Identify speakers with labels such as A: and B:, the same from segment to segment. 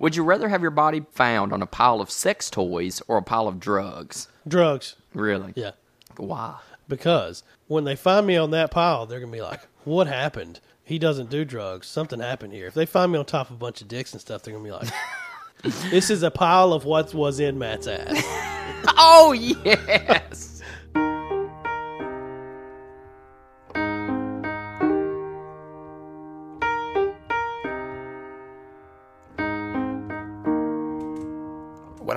A: Would you rather have your body found on a pile of sex toys or a pile of drugs?
B: Drugs.
A: Really?
B: Yeah.
A: Why?
B: Because when they find me on that pile, they're going to be like, what happened? He doesn't do drugs. Something happened here. If they find me on top of a bunch of dicks and stuff, they're going to be like, this is a pile of what was in Matt's ass.
A: Oh, yes.
C: When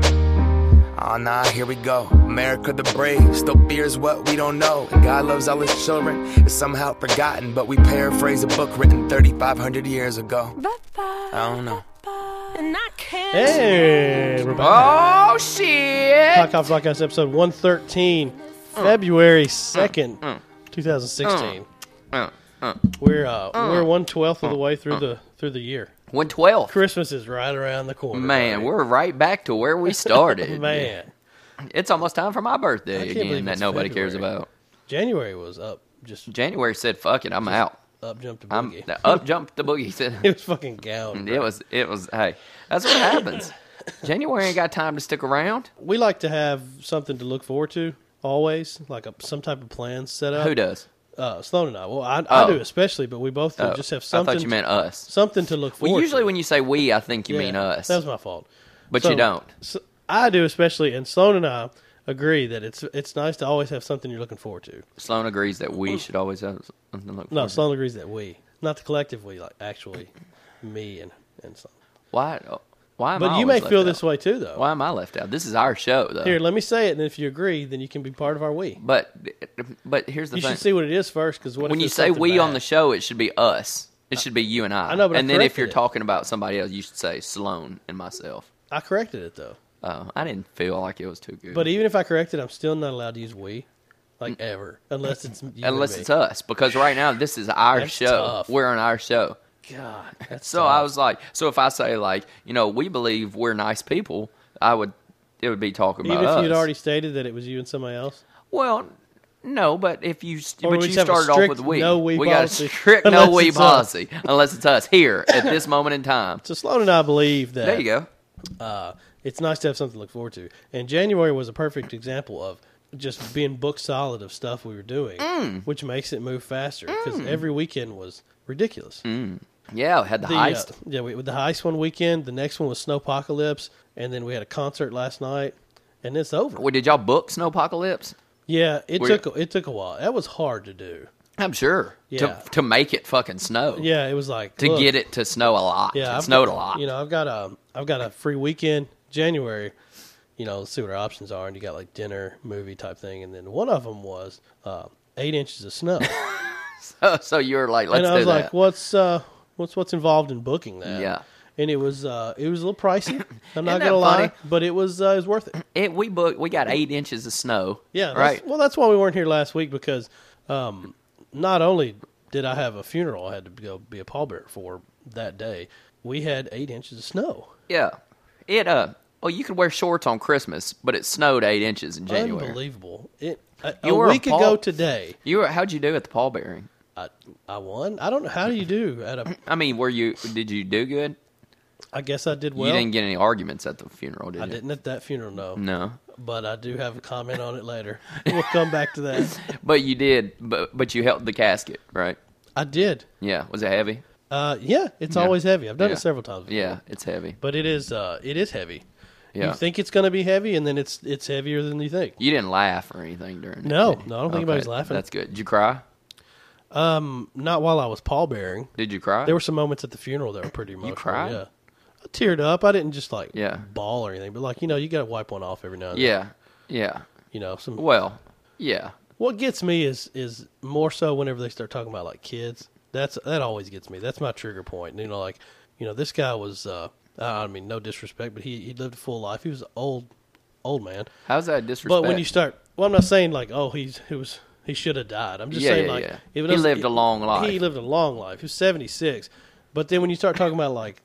C: Oh nah, here we go. America the brave still fears what we don't know. And God loves all his children. It's somehow forgotten, but we paraphrase a book written 3,500 years ago. I don't know.
D: And I can't.
B: Hey, we're back.
A: Oh, shit.
B: Black Ops Podcast episode 113, February 2nd, 2016. We're uh, we're one twelfth of the way through the through the year.
A: 112.
B: Christmas is right around the corner.
A: Man, we're right back to where we started.
B: man,
A: It's almost time for my
B: I
A: birthday
B: can't
A: again
B: believe
A: that
B: it's
A: nobody cares
B: February.
A: about.
B: January was up, just
A: January said, fuck it, I'm out.
B: up jumped a
A: I'm
B: boogie.
A: up jumped the boogie. said-
B: it was fucking gown.
A: It was, it was, hey, that's what happens. January ain't got time to stick around.
B: We like to have something to look forward to always, like a, some type of plan set up.
A: Who does?
B: Uh, Sloan and I. Well, I, I
A: Oh.
B: do especially, but we both do
A: Oh,
B: just have
A: I
B: something.
A: thought you meant us.
B: something to look forward.
A: Well, usually
B: to.
A: when you say we, I think you
B: Yeah,
A: mean us.
B: That was my fault.
A: But
B: So-
A: you don't.
B: So I do especially, and Sloan and I agree that it's it's nice to always have something you're looking forward to.
A: Sloan agrees that we should always have something to look
B: Hmm. No,
A: forward to.
B: Sloan agrees that we, not the collective we, like actually me and and Sloan.
A: Why? Why am I
B: But you
A: always
B: may
A: left
B: feel
A: out?
B: this way too, though.
A: Why am I left out? This is our show, though.
B: Here, let me say it, and if you agree, then you can be part of our we.
A: But but here's the
B: You
A: thing:
B: should see what it is first, because
A: when you say we on the show, it should be us. It should be you and I.
B: I know, but I
A: and then if
B: corrected
A: you're
B: it.
A: talking about somebody else, you should say Sloan and myself.
B: I corrected it though.
A: Oh, I didn't feel like it was too good.
B: But even if I corrected, I'm still not allowed to use we, like ever, unless it's you
A: Mm. unless
B: and me.
A: it's us, because right now this is our
B: That's
A: show.
B: tough.
A: We're on our show.
B: God. That's
A: So I was like, so if I say like, you know, we believe we're nice people, I would, it would be talking
B: even
A: about
B: if
A: us.
B: you'd already stated that it was you and somebody else.
A: Well, no, but if you st-
B: Or
A: but
B: we
A: you
B: just have a
A: started off with
B: strict
A: we,
B: no we
A: we got a
B: policy,
A: strict no
B: unless
A: we
B: it's us.
A: policy unless it's us here at this moment in time.
B: So Sloan and I believe that
A: There you go.
B: uh, it's nice to have something to look forward to. And January was a perfect example of just being book solid of stuff we were doing,
A: Mm.
B: which makes it move faster because every weekend was ridiculous.
A: Mm. Yeah, we had the,
B: The, uh,
A: heist.
B: yeah, we, the heist one weekend. The next one was Snowpocalypse, and then we had a concert last night, and it's over.
A: Well, did y'all book Snowpocalypse?
B: yeah, it
A: we-
B: took a- it took a while. That was hard to do.
A: I'm sure
B: Yeah.
A: to to make it fucking snow.
B: Yeah, it was like
A: to
B: look,
A: get it to snow a lot.
B: Yeah,
A: it
B: I've
A: snowed
B: got-
A: a lot.
B: You know, I've got a I've got a free weekend January. You know, let's see what our options are, and you got like dinner, movie type thing, and then one of them was uh, eight inches of snow,
A: so you were like, let's
B: and I was
A: do
B: like,
A: that.
B: what's uh, what's what's involved in booking that?
A: Yeah.
B: And it was uh, it was a little pricey. I'm not
A: Isn't that
B: gonna lie,
A: funny?
B: but it was uh, it was worth it.
A: It, we booked. We got eight inches of snow.
B: Yeah, that's-
A: right.
B: Well, that's why we weren't here last week because um, not only did I have a funeral, I had to go be a pallbearer for that day. We had eight inches of snow.
A: Yeah, it uh. Well, you could wear shorts on Christmas, but it snowed eight inches in January.
B: Unbelievable! It a,
A: You
B: a
A: were a
B: week ago
A: Paul-
B: today.
A: You were, how'd you do at the pallbearing?
B: I I won. I don't know how do you do at a.
A: I mean, were you? Did you do good?
B: I guess I did well.
A: you didn't get any arguments at the funeral, did
B: I
A: you?
B: didn't at that funeral, no.
A: No,
B: But I do have a comment on it later. We'll come back to that.
A: but you did. But but you held the casket, right?
B: I did.
A: Yeah. Was it heavy?
B: Uh, yeah, it's
A: Yeah.
B: always heavy. I've done
A: Yeah.
B: it several times. Before.
A: Yeah, it's heavy.
B: but it is uh, it is heavy.
A: Yeah.
B: You think it's going to be heavy, and then it's it's heavier than you think.
A: You didn't laugh or anything during.
B: No,
A: it, did you?
B: no, I don't think anybody's laughing.
A: That's good. Did you cry?
B: Not while I was pallbearing.
A: Did you cry?
B: There were some moments at the funeral that were pretty emotional.
A: cried?
B: Yeah. I teared up. I didn't just like
A: Yeah.
B: ball or anything, but like you know, you got to wipe one off every now and then.
A: yeah, yeah.
B: You know, some
A: Well, yeah.
B: What gets me is is more so whenever they start talking about like kids That's that always gets me. That's my trigger point. You know, like you know, this guy was. Uh, I I mean, no disrespect, but he he lived a full life. He was an old, old man.
A: How's that disrespect?
B: But when you start, well, I'm not saying like, oh, he's he was he should have died. I'm just
A: Yeah,
B: saying
A: yeah,
B: like
A: yeah.
B: if
A: He
B: it doesn't-
A: lived a long life.
B: He lived a long life. He was 76. But then when you start talking about like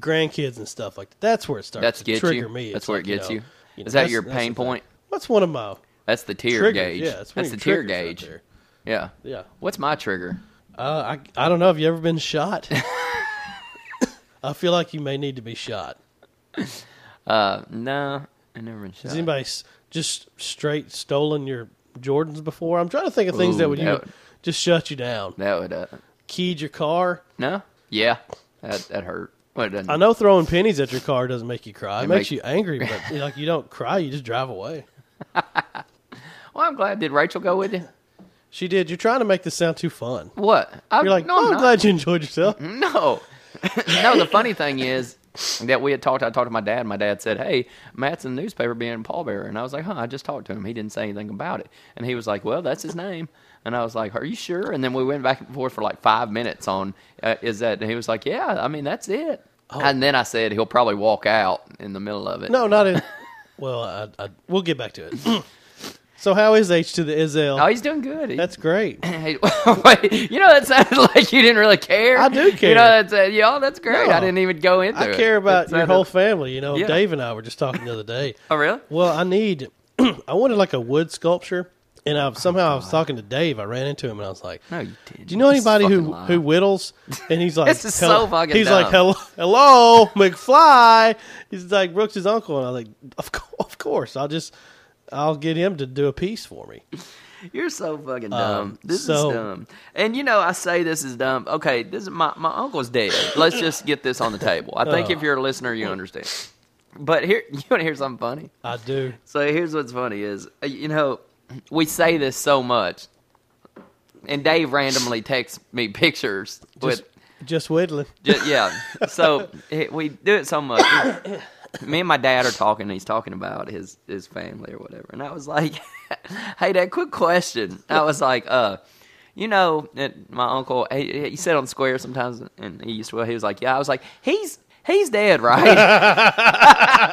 B: grandkids and stuff like that, that's where it starts
A: that's
B: to
A: get
B: trigger
A: you.
B: me.
A: That's
B: It's
A: where
B: like,
A: it gets
B: know,
A: you.
B: you know,
A: Is that
B: that's-
A: your
B: that's
A: pain
B: the thing.
A: point?
B: That's one of my
A: That's the tear
B: triggers.
A: gauge.
B: Yeah, it's one
A: that's
B: of
A: the
B: your
A: tear
B: triggers right
A: gauge.
B: there.
A: yeah.
B: Yeah.
A: What's my trigger?
B: Uh, I I don't know. Have you ever been shot? I feel like you may need to be shot.
A: Uh, no, I never been shot.
B: Has anybody s- just straight stolen your Jordans before? I'm trying to think of things
A: Ooh,
B: that would, you
A: that
B: would
A: would-
B: just shut you down.
A: That would uh,
B: Keyed your car.
A: no. Yeah, that that hurt. Well, it doesn't.
B: I know throwing pennies at your car doesn't make you cry. It,
A: It make-
B: makes you angry, but you know, like you don't cry. You just drive away.
A: Well, I'm glad. Did Rachel go with you?
B: She did. You're trying to make this sound too fun.
A: What? I,
B: You're like,
A: no, I'm
B: oh, I'm
A: not. Mm-hmm.
B: glad you enjoyed yourself.
A: No. no, the funny thing is that we had talked. I talked to my dad. And my dad said, Hey, Matt's in the newspaper being a pallbearer. And I was like, Huh, I just talked to him. He didn't say anything about it. And he was like, Well, that's his name. And I was like, Are you sure? And then we went back and forth for like five minutes on, uh, Is that? And he was like, Yeah, I mean, that's it. And then I said, He'll probably walk out in the middle of it.
B: Oh. No, not in. well, I, I, we'll get back to it. so, how is H to the Izzel?
A: Oh, he's doing good. He-
B: That's great.
A: Hey, wait, you know that sounded like you didn't really care.
B: I do
A: You
B: care.
A: know that's uh, y'all. That's great. I
B: No.
A: didn't even go into
B: I
A: it.
B: care about
A: It
B: your
A: sounded-
B: whole family. You know,
A: Yeah.
B: Dave and I were just talking the other day.
A: Oh really?
B: Well, I need. I wanted like a wood sculpture, and I somehow I was talking to Dave. I ran into him, and I was like,
A: Oh, No, you didn't.
B: Do you know
A: This is
B: anybody
A: fucking
B: who,
A: lying.
B: who whittles? And he's like,
A: This is
B: "Hello-"
A: so fucking
B: He's like,
A: dumb.
B: hello, hello, McFly. He's like Brooks' uncle, and I was like, of, co- of course, I'll just, I'll get him to do a piece for me.
A: You're so fucking dumb. this
B: Um, so-
A: is dumb. And you know, I say this is dumb. Okay, this is my my uncle's dead. Let's just get this on the table. I think
B: Oh.
A: if you're a listener, you understand. But here, you want to hear something funny?
B: I do.
A: So here's what's funny is, uh, you know, we say this so much, and Dave randomly texts me pictures
B: Just,
A: with
B: just whittling.
A: Ju- yeah. So it, we do it so much. Me and my dad are talking. and He's talking about his his family or whatever, and I was like, "Hey, Dad, quick question." I was like, "Uh, you know, that my uncle he, he said on Square sometimes, and he used to. He was like, yeah. I was like, he's he's dead, right?'"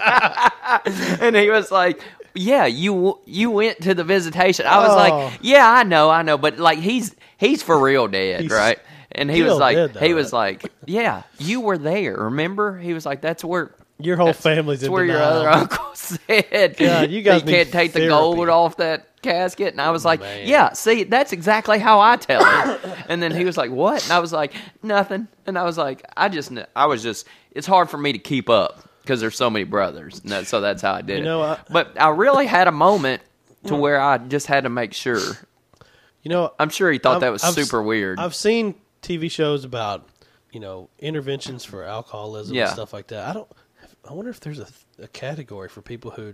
A: and he was like. Yeah, you w- you went to the visitation. I was
B: Oh.
A: like, yeah, I know, I know, but like he's he's for real dead,
B: He's
A: right? And he was
B: still
A: like,
B: dead, though,
A: he was
B: right?
A: like, "Yeah, you were there. Remember?" He was like, "That's where."
B: Your whole family's
A: That's
B: in
A: where your
B: denial.
A: other uncle said
B: God, you guys
A: he can't
B: need
A: take the
B: therapy.
A: gold off that casket, and I was like,
B: Oh, Man.
A: "Yeah, see, that's exactly how I tell it." and then he was like, "What?" And I was like, "Nothing." And I was like, "I just, kn- I was just, it's hard for me to keep up because there's so many brothers, and that, so that's how I did
B: You
A: it."
B: know, I- Hmm.
A: but I really had a moment to where I just had to make sure.
B: You know,
A: I'm sure he thought
B: I've-
A: that was
B: I've s-
A: super weird.
B: I've seen TV shows about you know interventions for alcoholism
A: Yeah.
B: and stuff like that. I don't. I wonder if there's a, a category for people who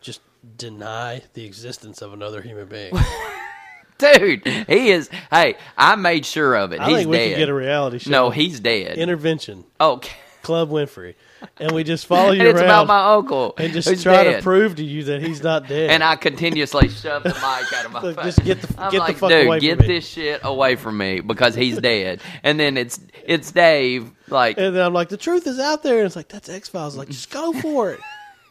B: just deny the existence of another human being.
A: Dude, he is. Hey, I made sure of it.
B: I
A: he's
B: think we
A: dead.
B: could get a reality show.
A: no, he's dead.
B: intervention
A: okay,
B: Club Winfrey, and we just follow you
A: and it's
B: around
A: about my uncle.
B: and just
A: who's
B: try to
A: dead.
B: prove to you that he's not dead.
A: And I continuously shove the mic out of my
B: Look,
A: face.
B: just get the-
A: I'm
B: get the
A: like,
B: fuck
A: dude,
B: away from
A: get
B: me."
A: this shit away from me because he's dead. And then it's it's Dave. Like
B: And then I'm like, the truth is out there, and it's like that's X Files. Like, just go for it.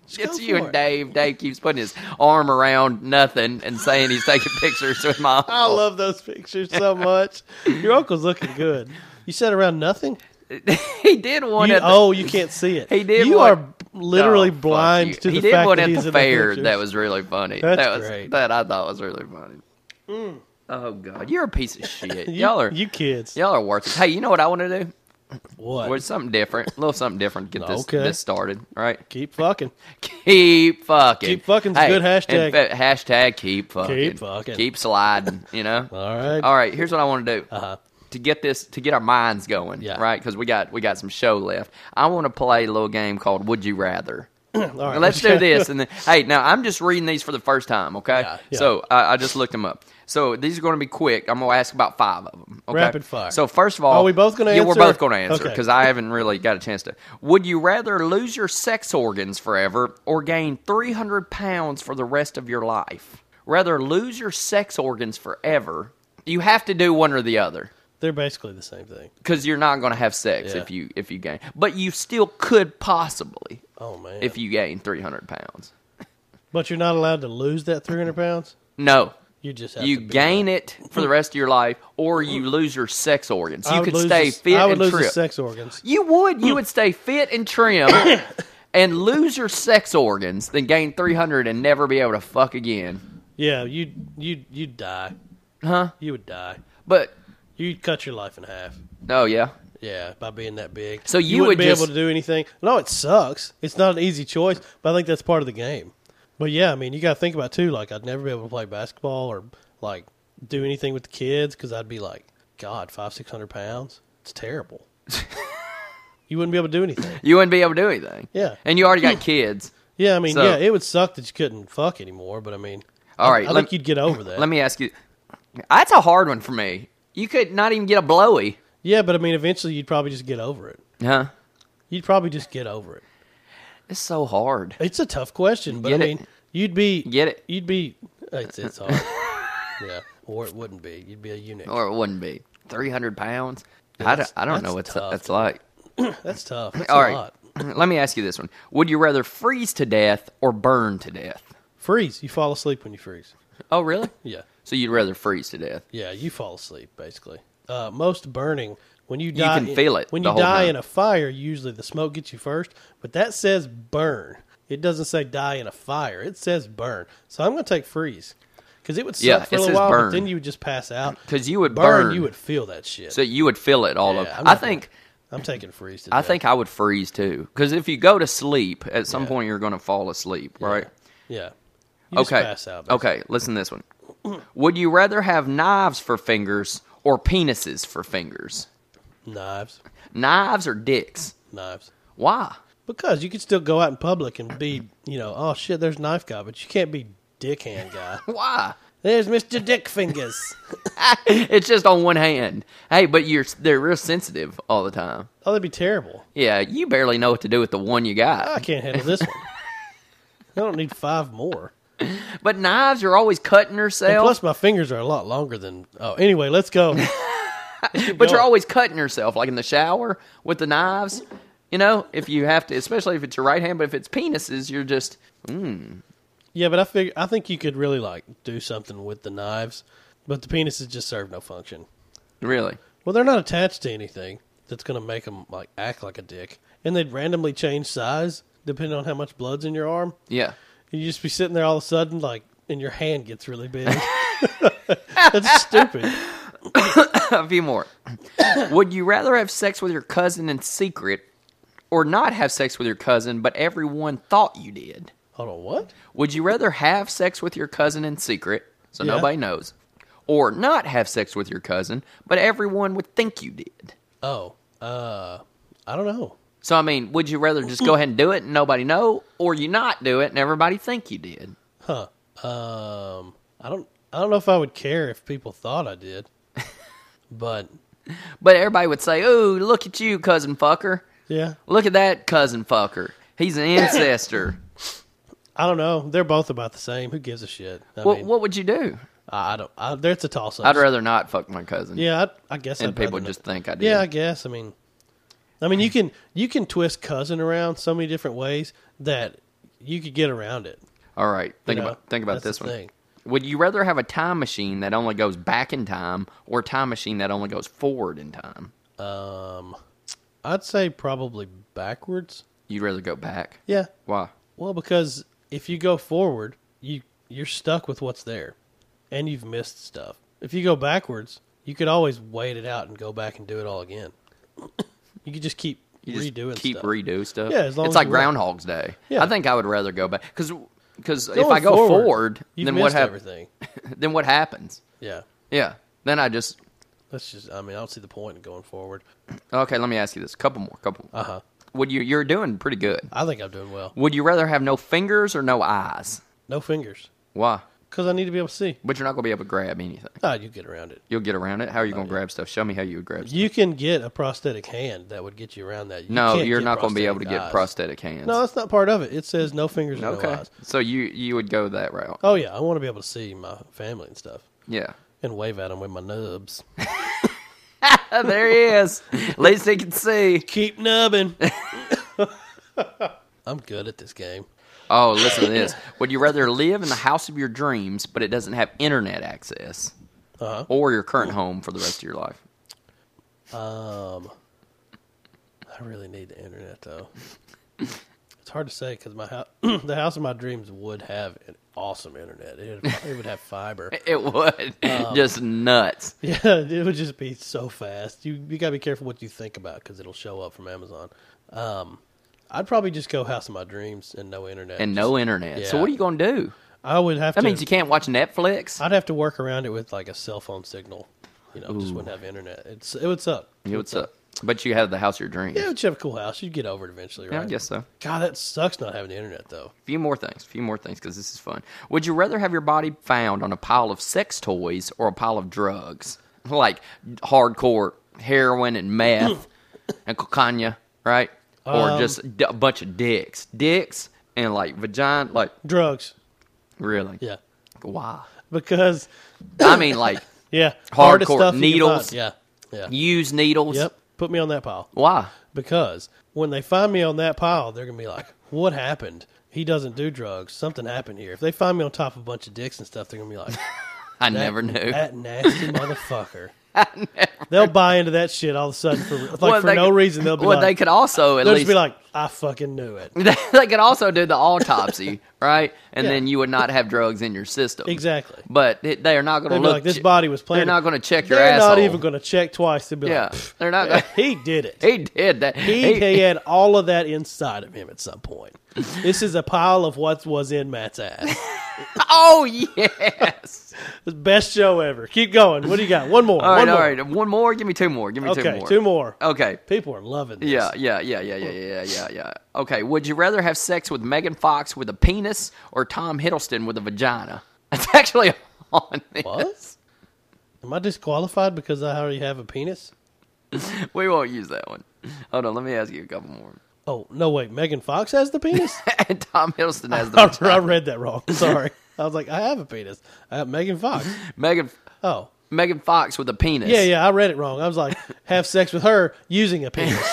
B: Just go
A: it's you
B: for
A: and
B: it.
A: Dave. Dave keeps putting his arm around nothing and saying he's taking pictures with my. Uncle.
B: I love those pictures so much. Your uncle's looking good. You sat around nothing.
A: he did one
B: You-
A: at the,
B: oh, you can't see it.
A: He did
B: You
A: one-
B: are b- literally
A: Oh, fuck
B: blind
A: you.
B: to
A: he
B: the
A: did
B: fact
A: one
B: that
A: at
B: he's
A: the
B: in
A: fair.
B: the pictures.
A: that was really funny.
B: That's
A: that was
B: great.
A: that I thought was really funny. Oh god, you're a piece of shit.
B: you,
A: y'all are
B: you kids.
A: y'all are worthless. Hey, you know what I want to do?
B: What?
A: Well, something different, a little something different. to Get this
B: Okay.
A: this started, right?
B: keep fucking.
A: Keep fucking,
B: Keep fucking's a good hashtag.
A: and fa- hashtag keep fucking,
B: Keep fucking.
A: keep sliding. You know.
B: All right.
A: All right. Here's what I want to do
B: Uh-huh.
A: to get this to get our minds going,
B: Yeah.
A: right? Because we got we got some show left. I want to play a little game called Would You Rather.
B: All right.
A: Let's do this, and then hey, now I'm just reading these for the first time, okay?
B: Yeah, yeah.
A: So I, I just looked them up. So these are going to be quick. I'm going to ask about five of them. Okay?
B: Rapid fire.
A: So first of all,
B: Are we both gonna
A: Oh, Yeah, we're
B: answer?
A: both going to answer
B: Okay.
A: because I haven't really got a chance to. Would you rather lose your sex organs forever or gain 300 pounds for the rest of your life? Rather lose your sex organs forever. You have to do one or the other.
B: They're basically the same thing.
A: because you're not going to have sex
B: Yeah.
A: if you if you gain, but you still could possibly
B: Oh man.
A: if you gain 300 pounds.
B: but you're not allowed to lose that 300 pounds.
A: No,
B: You just have
A: you
B: to be-
A: gain it for the rest of your life, or you lose your sex organs.
B: I
A: You
B: would
A: could
B: lose
A: stay
B: this-
A: fit
B: I would
A: and
B: lose the
A: trim.
B: sex organs.
A: You would.
B: Hmm.
A: You would stay fit and trim and lose your sex organs, then gain 300 and never be able to fuck again.
B: Yeah, you you you'd die.
A: Huh?
B: You would die.
A: But,
B: You'd cut your life in half.
A: oh, yeah.
B: Yeah, by being that big.
A: So you
B: wouldn't
A: would
B: be
A: just-
B: able to do anything. No, it sucks. It's not an easy choice, but I think that's part of the game. But yeah, I mean, you got to think about too. Like, I'd never be able to play basketball or like do anything with the kids because I'd be like, God, five six hundred pounds. It's terrible. you wouldn't be able to do anything.
A: You wouldn't be able to do anything.
B: Yeah.
A: And you already got kids.
B: Yeah, I mean,
A: So-
B: yeah, it would suck that you couldn't fuck anymore. But I mean,
A: All right.
B: I
A: let,
B: think you'd get over that.
A: let me ask you. That's a hard one for me. You could not even get a blowy.
B: Yeah, but I mean, eventually you'd probably just get over it.
A: Huh?
B: You'd probably just get over it.
A: It's so hard.
B: It's a tough question, but
A: Get
B: I
A: it.
B: mean, you'd be
A: Get it.
B: You'd be it's it's hard. yeah, or it wouldn't be. You'd be a eunuch.
A: Or it wouldn't be. 300 pounds? I don't,
B: that's-
A: I don't know
B: that's
A: what
B: tough.
A: that's like.
B: That's tough. That's
A: All
B: a
A: right.
B: lot.
A: Let me ask you this one. Would you rather freeze to death or burn to death?
B: Freeze. You fall asleep when you freeze.
A: Oh, really?
B: Yeah,
A: So you'd rather freeze to death.
B: yeah. You fall asleep basically. Uh, most burning when you die.
A: can
B: in-
A: feel it
B: when
A: the
B: you
A: whole
B: die
A: time.
B: in a fire. Usually the smoke gets you first, but that says burn. It doesn't say die in a fire. It says burn. So I'm going to take freeze because it would suck
A: Yeah,
B: for
A: it
B: a little
A: says
B: while,
A: burn.
B: but then you would just pass out.
A: Because you would burn,
B: burn, you would feel that shit.
A: so you would feel it all
B: Yeah,
A: over.
B: I'm
A: I
B: not
A: think
B: I'm taking freeze. To
A: I
B: death.
A: think I would freeze too. Because if you go to sleep, at some
B: Yeah.
A: point you're going to fall asleep, right?
B: Yeah. You just
A: okay.
B: pass out, basically.
A: okay. Listen to this one. Would you rather have knives for fingers or penises for fingers?
B: Knives,
A: Knives or dicks?
B: knives.
A: Why?
B: Because you could still go out in public and be, you know, oh shit, there's knife guy, but you can't be dick hand guy.
A: Why?
B: There's Mister Dick Fingers.
A: It's just on one hand. Hey, but you're they're real sensitive all the time.
B: oh, that'd be terrible.
A: Yeah, you barely know what to do with the one you
B: I
A: got.
B: can't handle this one. I don't need five more.
A: But knives, you're always cutting
B: And
A: yourself.
B: plus, my fingers are a lot longer than. Oh, anyway, let's go.
A: But you're
B: going.
A: always cutting yourself, like in the shower with the knives. You know, if you have to, especially if it's your right hand. But if it's penises, you're just
B: Yeah, but I figure I think you could really like do something with the knives, but the penises just serve no function.
A: really.
B: Well, they're not attached to anything that's going to make them like act like a dick, and they'd randomly change size depending on how much blood's in your arm.
A: Yeah,
B: And you just be sitting there all of a sudden, like, and your hand gets really big. that's stupid.
A: a few more. Would you rather have sex with your cousin in secret, or not have sex with your cousin but everyone thought you did?
B: Hold on, what?
A: Would you rather have sex with your cousin in secret so
B: Yeah.
A: nobody knows, or not have sex with your cousin but everyone would think you did?
B: Oh, uh, I don't know.
A: So I mean, would you rather just go ahead and do it and nobody know, or you not do it and everybody think you did?
B: Huh? Um, I don't. I don't know if I would care if people thought I did, but
A: But everybody would say, "Oh, look at you, cousin fucker!
B: yeah,
A: Look at that cousin fucker! He's an ancestor."
B: I don't know. They're both about the same. Who gives a shit? I
A: what
B: mean,
A: What would you do?
B: I I don't. I, that's a toss up.
A: I'd rather not fuck my cousin.
B: Yeah, I, I guess.
A: and
B: I'd rather
A: people
B: not.
A: just think I did.
B: Yeah, I guess. I mean, I mean, you can you can twist cousin around so many different ways that you could get around it.
A: All right, think
B: know,
A: about think about
B: that's
A: this
B: the
A: one.
B: thing.
A: Would you rather have a time machine that only goes back in time, or a time machine that only goes forward in time?
B: Um, I'd say probably backwards.
A: You'd rather go back.
B: Yeah.
A: Why?
B: Well, because if you go forward, you you're stuck with what's there, and you've missed stuff. If you go backwards, you could always wait it out and go back and do it all again. you could just keep
A: You just
B: redoing
A: keep
B: stuff.
A: redo stuff.
B: Yeah, as long
A: it's
B: as
A: like
B: you want.
A: Groundhog's Day.
B: Yeah.
A: I think I would rather go back because because if
B: Going
A: I go forward,
B: you've
A: then what
B: missed
A: happens?
B: everything.
A: Then what happens?
B: Yeah.
A: Yeah. Then I just
B: That's just. I mean, I don't see the point in going forward.
A: okay. Let me ask you this: couple more, couple. More.
B: Uh huh.
A: Would you? You're doing pretty good.
B: I think I'm doing well.
A: Would you rather have no fingers or no eyes?
B: No fingers,
A: Why?
B: because I need to be able to see.
A: But you're not gonna be able to grab anything.
B: Ah, you get around it.
A: You'll get around it. How are you gonna grab stuff? Show me how Oh, you would grab. Stuff.
B: You can get a prosthetic hand that would get you around that. You
A: no,
B: can't
A: you're
B: get
A: not gonna be able to
B: prosthetic
A: get
B: eyes.
A: prosthetic hands.
B: No, that's not part of it. It says no fingers, and
A: okay.
B: no eyes.
A: So you you would go that route.
B: Oh yeah, I want to be able to see my family and stuff
A: Yeah.
B: and wave at them with my nubs.
A: Oh, there he is. At least he can see.
B: Keep nubbing. I'm good at this game.
A: Oh, listen to this. Would you rather live in the house of your dreams, but it doesn't have internet access,
B: Uh-huh.
A: or your current home for the rest of your life?
B: I really need the internet though. It's hard to say because my house, the house of my dreams, would have an awesome internet. It, it would have fiber.
A: It would
B: Um,
A: just nuts.
B: Yeah, it would just be so fast. You you gotta be careful what you think about because it'll show up from Amazon. Um, I'd probably just go house of my dreams and no internet
A: and no internet. So
B: yeah.
A: what are you going to do?
B: I would have
A: That
B: to.
A: means you can't watch Netflix.
B: I'd have to work around it with like a cell phone signal. You know, just wouldn't have internet. It's it would suck.
A: Yeah, what's up? But you have the house of your dreams.
B: Yeah, but you have a cool house. You'd get over it eventually,
A: Yeah,
B: right?
A: I guess so.
B: God, that sucks not having the internet though.
A: few more things. few more things because this is fun. Would you rather have your body found on a pile of sex toys or a pile of drugs, like hardcore heroin and meth and cocaine, right? Or
B: Um,
A: just d- a bunch of dicks, dicks and like vagina, like
B: Drugs.
A: really?
B: Yeah,
A: Wow.
B: because
A: I mean, like
B: yeah, hardest
A: Hardcore
B: stuff you can
A: needles.
B: find. Yeah, yeah.
A: use needles.
B: Yep. Put me on that pile.
A: Why?
B: Because when they find me on that pile, they're gonna be like, "What happened? He doesn't do drugs. Something happened here." If they find me on top of a bunch of dicks and stuff, they're gonna be like,
A: I never knew.
B: "That nasty motherfucker." They'll buy into that shit all of a sudden for like for
A: they
B: no
A: could-
B: reason. They'll be
A: well, they
B: like,
A: could also at
B: they'll
A: least
B: just be like, "I fucking knew it."
A: they could also do the autopsy, right? And
B: Yeah.
A: then you would not have drugs in your system.
B: Exactly.
A: But it, they are not going to
B: They'd be
A: look.
B: like, "This
A: che-
B: body was planted."
A: They're not going to check your
B: They're
A: asshole.
B: not even going to check twice. They'll be
A: Yeah,
B: like, "Pff,
A: they're not. Gonna,
B: "He did it."
A: he did that.
B: He, he had all of that inside of him at some point. This is a pile of what was in Matt's ass.
A: oh yes.
B: It was best show ever. Keep going. What do you got? One more.
A: all right,
B: one
A: all
B: more.
A: right. One more. Give me two more. Give me two
B: Okay,
A: more.
B: two more.
A: Okay.
B: People are loving this.
A: Yeah, yeah, yeah, yeah, yeah, yeah, yeah, yeah. Okay. Would you rather have sex with Megan Fox with a penis or Tom Hiddleston with a vagina? That's actually on this.
B: What? Am I disqualified because I already have a penis?
A: We won't use that one. Hold on. Let me ask you a couple more.
B: Oh no, wait. Megan Fox has the penis.
A: and Tom Hiddleston has the
B: I,
A: vagina.
B: read that wrong. Sorry. I was like, I have a penis. I have Megan Fox.
A: Megan
B: Oh.
A: Megan Fox with a penis.
B: Yeah, yeah, I read it wrong. I was like, have sex with her using a penis,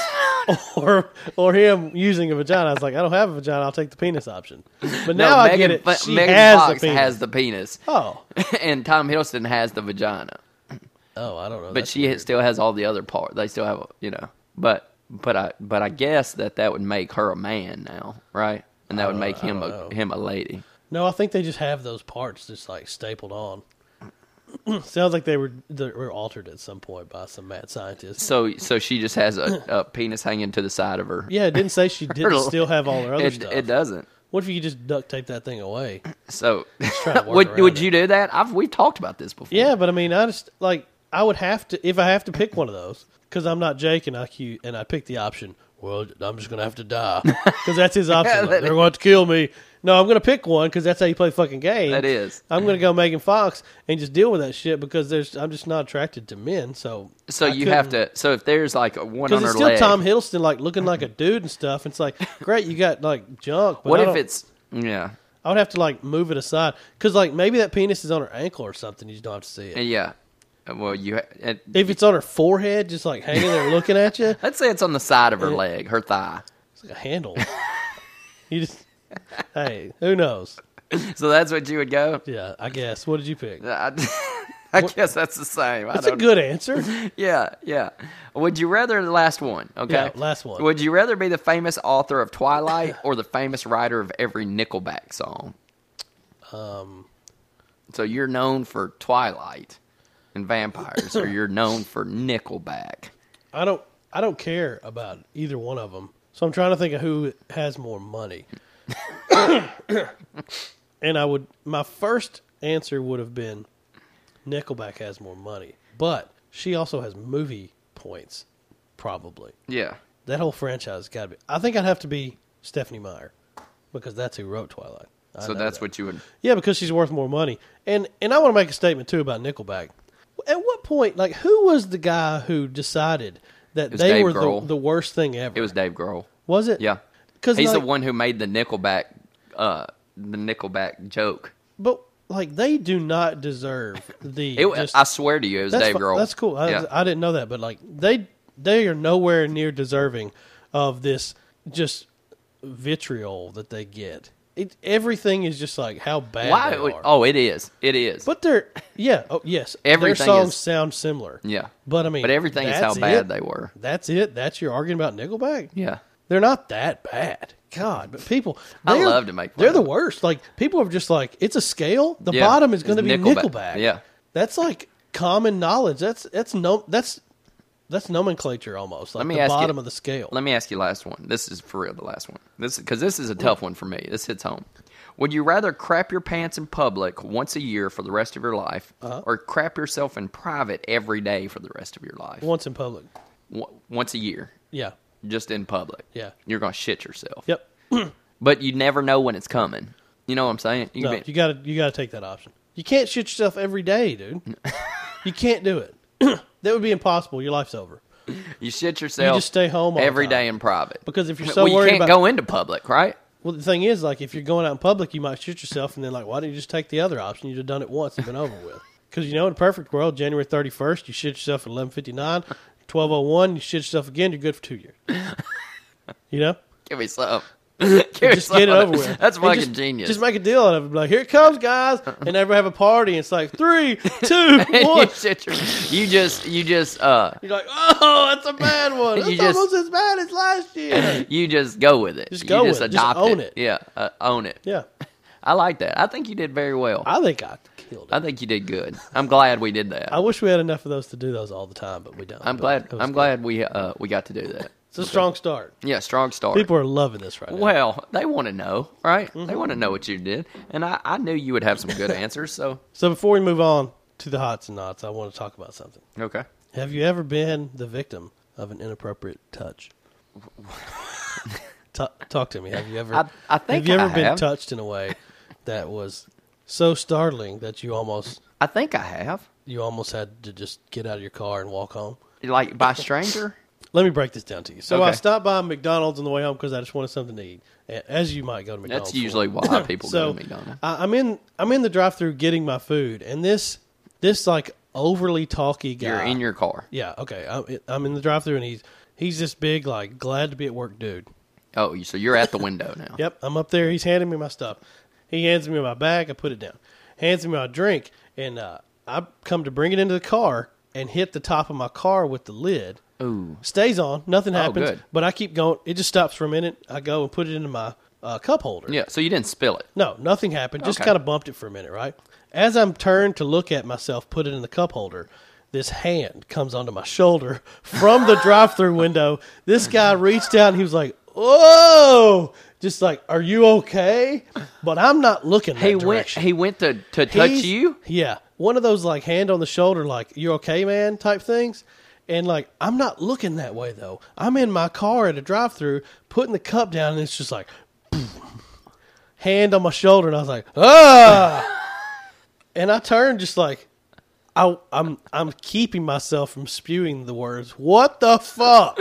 B: or or him using a vagina. I was like, I don't have a vagina. I'll take the penis option. But
A: No,
B: now I
A: Megan,
B: get it.
A: Fo-
B: She
A: Megan
B: has
A: Fox
B: the penis.
A: has the penis,
B: oh,
A: and Tom Hiddleston has the vagina,
B: oh, I don't know.
A: but she still has all the other part. They still have, you know, but but I but I guess that that would make her a man now, right? And that would make him a
B: Uh, don't know.
A: him a lady.
B: No, I think they just have those parts just like stapled on. Sounds like they were they were altered at some point by some mad scientist.
A: So so she just has a, a penis hanging to the side of her.
B: Yeah, it didn't say she didn't
A: Her-
B: still have all her other
A: it,
B: stuff.
A: it doesn't.
B: What if you just duct tape that thing away?
A: So
B: try to work
A: would
B: around
A: would
B: it.
A: you do that? I've we've talked about this before.
B: Yeah, but I mean, I just like I would have to if I have to pick one of those because I'm not Jake and I Q and I pick the option. Well, I'm just gonna have to die because that's his option. Like,
A: that
B: They're going to kill me. No, I'm gonna pick one because that's how you play fucking game.
A: That is.
B: I'm gonna go Megan Fox and just deal with that shit because there's I'm just not attracted to men. So
A: So
B: I
A: you have
B: couldn't-
A: to. So if there's like a one on
B: Because
A: her
B: it's still
A: leg,
B: Tom Hiddleston, like looking like a dude and stuff. It's like, great, you got like junk. But
A: what
B: I
A: if
B: don't-
A: it's yeah?
B: I would have to like move it aside because like maybe that penis is on her ankle or something. You just don't have to see
A: And
B: it.
A: yeah. Well, you. ha- It,
B: If it's on her forehead, just like hanging there looking at you,
A: let's say it's on the side of her leg, her thigh.
B: it's like a handle. you just, hey, who knows?
A: So that's what you would go.
B: Yeah, I guess. What did you pick?
A: I, I guess that's the same. I
B: That's a
A: don't.
B: good answer.
A: yeah, yeah. Would you rather the last one? Okay,
B: Yeah, last one.
A: Would you rather be the famous author of Twilight or the famous writer of every Nickelback song? Um.
B: Um,
A: So you're known for Twilight and vampires, or you're known for Nickelback.
B: I don't. I don't care about either one of them. So I'm trying to think of who has more money. and I would. My first answer would have been Nickelback has more money, but she also has movie points. Probably
A: Yeah.
B: that whole franchise got to be. I think I'd have to be Stephanie Meyer because that's who wrote Twilight. I
A: So
B: know
A: that's
B: that.
A: what you would.
B: Yeah, because she's worth more money. And and I want to make a statement too about Nickelback. At what point, like, who was the guy who decided that
A: was
B: they
A: Dave
B: were
A: Grohl.
B: the, the worst thing ever?
A: It was Dave Grohl.
B: Was it?
A: Yeah,
B: because
A: he's the
B: like-
A: one who made the Nickelback, uh, the Nickelback joke.
B: But like they do not deserve the.
A: It,
B: just-
A: I swear to you, it was
B: that's
A: Dave
B: fi-
A: Grohl.
B: That's cool. I,
A: Yeah.
B: I didn't know that, but like they they are nowhere near deserving of this just vitriol that they get. It everything is just like how bad
A: Why?
B: they
A: would-
B: are.
A: Oh, it is. It is.
B: But they're yeah, oh yes.
A: Everything
B: their songs
A: is-
B: sound similar.
A: yeah.
B: But I mean
A: But everything is how
B: that's
A: bad
B: it.
A: they were.
B: That's it. That's your argument about Nickelback?
A: Yeah.
B: They're not that bad. God, but people
A: I
B: they're-
A: love to make fun
B: They're
A: of
B: the
A: them.
B: worst. Like people are just like, it's a scale. The
A: Yeah.
B: bottom is gonna
A: It's
B: be
A: Nickelback.
B: Nickelback.
A: Yeah.
B: That's like common knowledge. That's that's no that's that's nomenclature almost. Like
A: Let me
B: the
A: ask
B: bottom
A: you,
B: of the scale.
A: Let me ask you last one. This is for real the last one. This because this is a tough one for me. This hits home. Would you rather crap your pants in public once a year for the rest of your life,
B: Uh-huh.
A: or crap yourself in private every day for the rest of your life?
B: Once in public.
A: Wo- Once a year,
B: Yeah.
A: just in public.
B: Yeah.
A: you're gonna shit yourself.
B: Yep.
A: But you never know when it's coming. You know what I'm saying? You
B: No,
A: been-
B: you gotta you gotta take that option. You can't shit yourself every day, dude. you can't do it. that would be impossible. Your life's over.
A: you shit yourself.
B: just stay home all
A: every
B: the time.
A: day in private
B: Because if you're
A: Well,
B: so
A: you
B: worried
A: can't
B: about-
A: go into public, right?
B: Well, the thing is, like, if you're going out in public, you might shoot yourself, and then like, why don't you just take the other option? You'd have done it once and been over with. Because you know, in a perfect world, January 31st, you shit yourself at 11:59, 12:01, you shit yourself again, you're good for two years. You know,
A: Give me some. Give me
B: just
A: some.
B: get it over with.
A: That's
B: And
A: fucking
B: just,
A: genius.
B: Just make a deal out of it. Be Like, here it comes, guys, and never have a party. And it's like three, two,
A: you,
B: one.
A: shit your- you just you just uh
B: You're like, oh, that's a bad one. That's
A: You just-
B: almost as bad as last year.
A: you just go with it.
B: Just go
A: you just
B: with it. Just
A: adopt
B: own it.
A: Yeah, uh, own it.
B: yeah,
A: I like that. I think you did very well. I,
B: I think I killed it.
A: think you did good. I'm glad we did that.
B: I wish we had enough of those to do those all the time, but we don't.
A: I'm
B: But
A: glad.
B: it was
A: I'm
B: good.
A: glad we uh we got to do that.
B: It's a strong start.
A: Yeah, strong start.
B: People are loving this right now.
A: well, they want to know, right?
B: Mm-hmm.
A: They want to know what you did, and I, I knew you would have some good answers. So
B: So before we move on to the hots and knots, I want to talk about something.
A: okay,
B: Have you ever been the victim of an inappropriate touch? Ta- talk to me. Have you ever?
A: I- I think
B: have you ever
A: I
B: been
A: have.
B: touched in a way that was so startling that you almost
A: I think I have
B: you almost had to just get out of your car and walk home?
A: like by stranger.
B: Let me break this down to you. So I
A: Okay.
B: stopped by McDonald's on the way home because I just wanted something to eat. A- As you might go to McDonald's.
A: That's
B: for.
A: usually why people go
B: so
A: to McDonald's.
B: I, I'm in I'm in the drive-through getting my food, and this this like overly talky guy.
A: You're in your car.
B: yeah okay. I'm, I'm in the drive-through, and he's he's this big like glad to be at work dude.
A: Oh, you- so you're at the window now.
B: Yep, I'm up there. He's handing me my stuff. He hands me my bag. I put it down. Hands me my drink, and uh, I come to bring it into the car and hit the top of my car with the lid.
A: Ooh. Oh,
B: Stays on. Nothing happens.
A: good.
B: But I keep going. It just stops for a minute. I go and put it into my uh, cup holder.
A: Yeah. So you didn't spill it.
B: No, nothing happened. Just
A: Okay.
B: kind of bumped it for a minute, right? As I'm turned to look at myself, put it in the cup holder, this hand comes onto my shoulder from the drive through window. This guy reached out and he was like, Whoa! Just like, Are you okay? But I'm not looking that
A: He went.
B: direction.
A: He went to to touch
B: He's-
A: you.
B: Yeah. One of those like hand on the shoulder, like, you okay, man, type things. And like, I'm not looking that way though. I'm in my car at a drive through, putting the cup down, and it's just like hand on my shoulder, and I was like, ah and I turned just like I, I'm I'm keeping myself from spewing the words. What the fuck?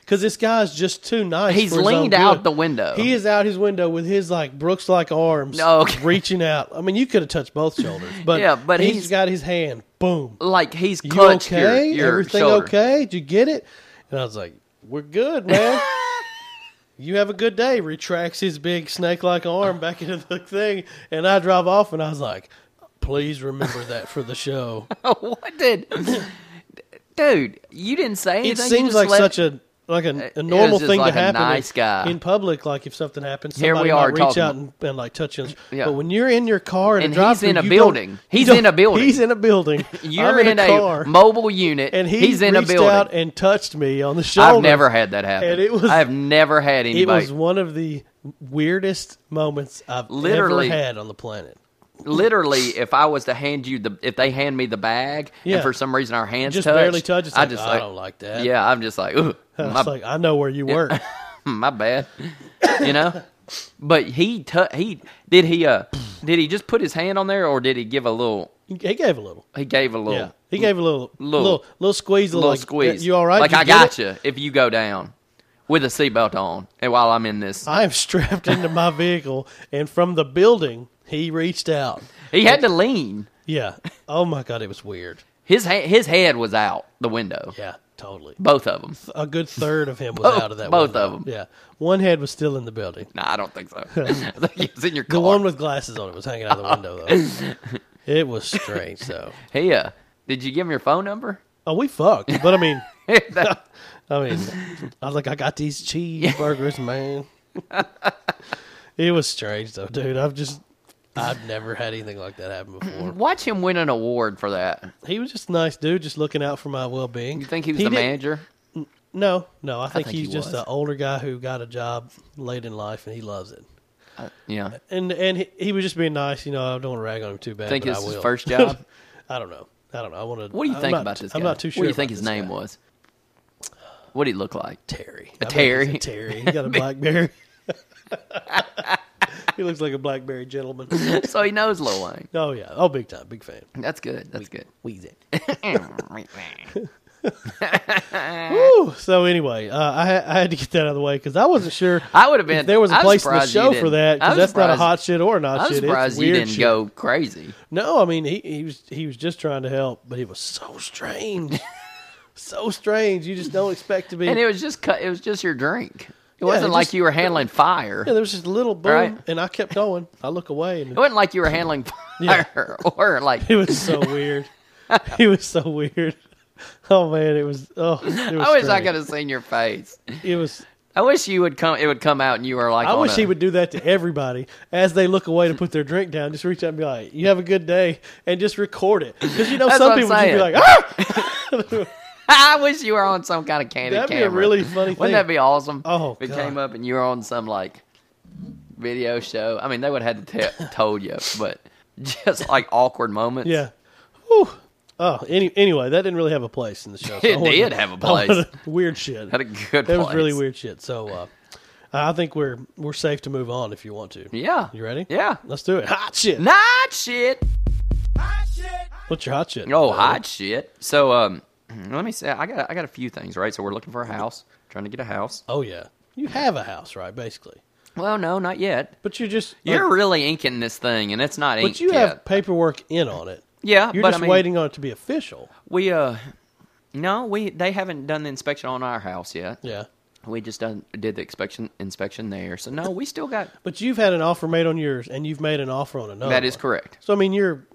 B: Because this guy's just too nice.
A: He's
B: for his own
A: leaned out
B: good.
A: the window.
B: He is out his window with his like Brooks like arms,
A: No, okay.
B: reaching out. I mean, you could have touched both shoulders, but
A: Yeah, but
B: he's
A: he's-
B: got his hand. Boom.
A: Like he's
B: You
A: clutched
B: okay?
A: your, your
B: Everything
A: shoulder.
B: okay? Did you get it? And I was like, "We're good, man. you have a good day." Retracts his big snake-like arm back into the thing, and I drive off. And I was like, "Please remember that for the show."
A: Oh, what did, dude? You didn't say anything.
B: it seems like such a like a, a normal
A: just
B: thing
A: like a
B: to happen
A: nice
B: in,
A: guy.
B: in public. Like if something happens,
A: Here
B: somebody
A: we are
B: might reach
A: talking
B: out and, and like touch you.
A: Yeah.
B: But when you're in your car and,
A: And he's
B: drive
A: in a building. He's in a building.
B: He's in a building.
A: You're
B: I'm in, a car,
A: mobile unit,
B: and he
A: he's in a
B: reached
A: building.
B: out and touched me on the shoulder.
A: I've never had that happen.
B: And it was-
A: I've never had anybody.
B: It was one of the weirdest moments I've
A: Literally.
B: ever had on the planet.
A: literally, if I was to hand you the, if they hand me the bag,
B: Yeah.
A: and for some reason our hands
B: Just
A: touched,
B: barely touch. It's
A: I
B: like,
A: just
B: "Oh, I
A: like,
B: don't like that.
A: Yeah, I'm just like, ooh,
B: I was
A: my,
B: like, I know where you work.
A: my bad, you know. But he tu- he did he uh did he just put his hand on there or did he give a little?
B: he gave a little.
A: He gave a little.
B: Yeah, he gave a little,
A: Oh. Little-
B: little, little, squeeze, a
A: little
B: like,
A: squeeze.
B: You all right?
A: Like
B: You
A: I
B: get it?"
A: got you if you go down with a
B: Uh,
A: seatbelt on, and while I'm in this,
B: I am strapped into my vehicle, and from the building, He reached out.
A: He had to lean.
B: Yeah. Oh my god, it was weird.
A: His ha- his head was out the window.
B: Yeah, totally.
A: Both of them.
B: A good third of him was
A: Both-
B: out of that.
A: Oh, both
B: window.
A: of 'em.
B: Yeah, one head was still in the building.
A: Nah, I don't think so. I think he was in your
B: The
A: car.
B: one with glasses on it was hanging out of the window though. It was strange though.
A: hey, uh, did you give him your phone number?
B: Oh, we fucked. But I mean,
A: That-
B: I mean, I was like, I got these cheeseburgers, man. it was strange though, dude. I've just, I've never had anything like that happen before.
A: Watch him win an award for that.
B: He was just a nice dude, just looking out for my well being.
A: You think he was the
B: didn't-
A: manager?
B: No, no. I think,
A: think
B: he's
A: he
B: just
A: was.
B: an older guy who got a job late in life and he loves it.
A: Uh, Yeah.
B: And and he, he was just being nice. You know, I don't want to rag on him too bad.
A: Think
B: but
A: it's
B: I
A: his
B: will.
A: first job?
B: I don't know. I don't know. I want to.
A: What do you think about this guy?
B: I'm not too sure.
A: What do you
B: about
A: think his
B: this
A: name
B: guy.
A: was? What did he look like?
B: Terry.
A: A
B: I bet
A: Terry.
B: he's a Terry. He got a blackberry. he looks like a blackberry gentleman.
A: so he knows Lil Wayne.
B: Oh yeah. Oh, big time. Big fan.
A: That's good. That's good.
B: Weezy. Woo. So anyway, uh, I ha- I had to get that out of the way because I wasn't sure.
A: I would have been.
B: if there was a
A: I'm
B: place in the
A: surprised you
B: show for
A: didn't-
B: that because
A: I'm
B: that's not a
A: surprised-
B: hot shit or not
A: I'm
B: shit. it's
A: surprised you
B: weird
A: didn't
B: shit.
A: go crazy.
B: No, I mean he, he was he was just trying to help, but it was so strange, so strange. You just don't expect to be.
A: And it was just cut. It was just your drink. It
B: it
A: wasn't like
B: just-
A: you were handling fire.
B: yeah, there was just a little boom,
A: Right.
B: and I kept going. I look away, and
A: It wasn't like you were handling
B: Yeah.
A: fire or like.
B: It was so weird. it was so weird. Oh man, it was. Oh, it was
A: I wish I
B: strange.
A: could have seen your face.
B: It was.
A: I wish you would come. It would come out, and you were like.
B: I
A: on
B: wish
A: a-
B: he would do that to everybody as they look away to put their drink down. Just reach out and be like, "You have a good day," and just record it because you know
A: That's
B: some
A: what I'm
B: people would just be
A: saying.
B: like, "Ah!"
A: I wish you were on some kind of candid
B: That'd be a
A: camera.
B: really funny
A: Wouldn't
B: thing.
A: that be awesome?
B: Oh,
A: if it
B: God.
A: came up and you were on some like video show. I mean, they would have had to tell told you, but just like awkward moments.
B: "Yeah." Whew. Oh, any, anyway, that didn't really have a place in the show.
A: It
B: I wanted-
A: did have a
B: I wanted-
A: place.
B: weird shit.
A: had a good.
B: That was
A: place.
B: really weird shit. So, uh, I think we're we're safe to move on if you want to.
A: Yeah.
B: You ready?
A: Yeah.
B: Let's do it. Hot shit.
A: Not shit.
B: What's your hot shit?
A: Oh,
B: buddy?
A: hot shit. So, um, let me say, I got I got a few things right. So we're looking for a house, trying to get a house.
B: Oh yeah, you have a house, right? Basically,
A: Well, no, not yet.
B: but you're just
A: You're
B: like,
A: really inking this thing, and it's not inked
B: but you
A: yet.
B: have paperwork in on it.
A: yeah,
B: You're
A: but
B: just
A: I mean,
B: waiting on it to be official.
A: We uh, no, we they haven't done the inspection on our house yet.
B: Yeah,
A: We just done did the inspection inspection there. So no, we still got
B: but you've had an offer made on yours, and you've made an offer on another.
A: that is
B: one.
A: correct.
B: So I mean, you're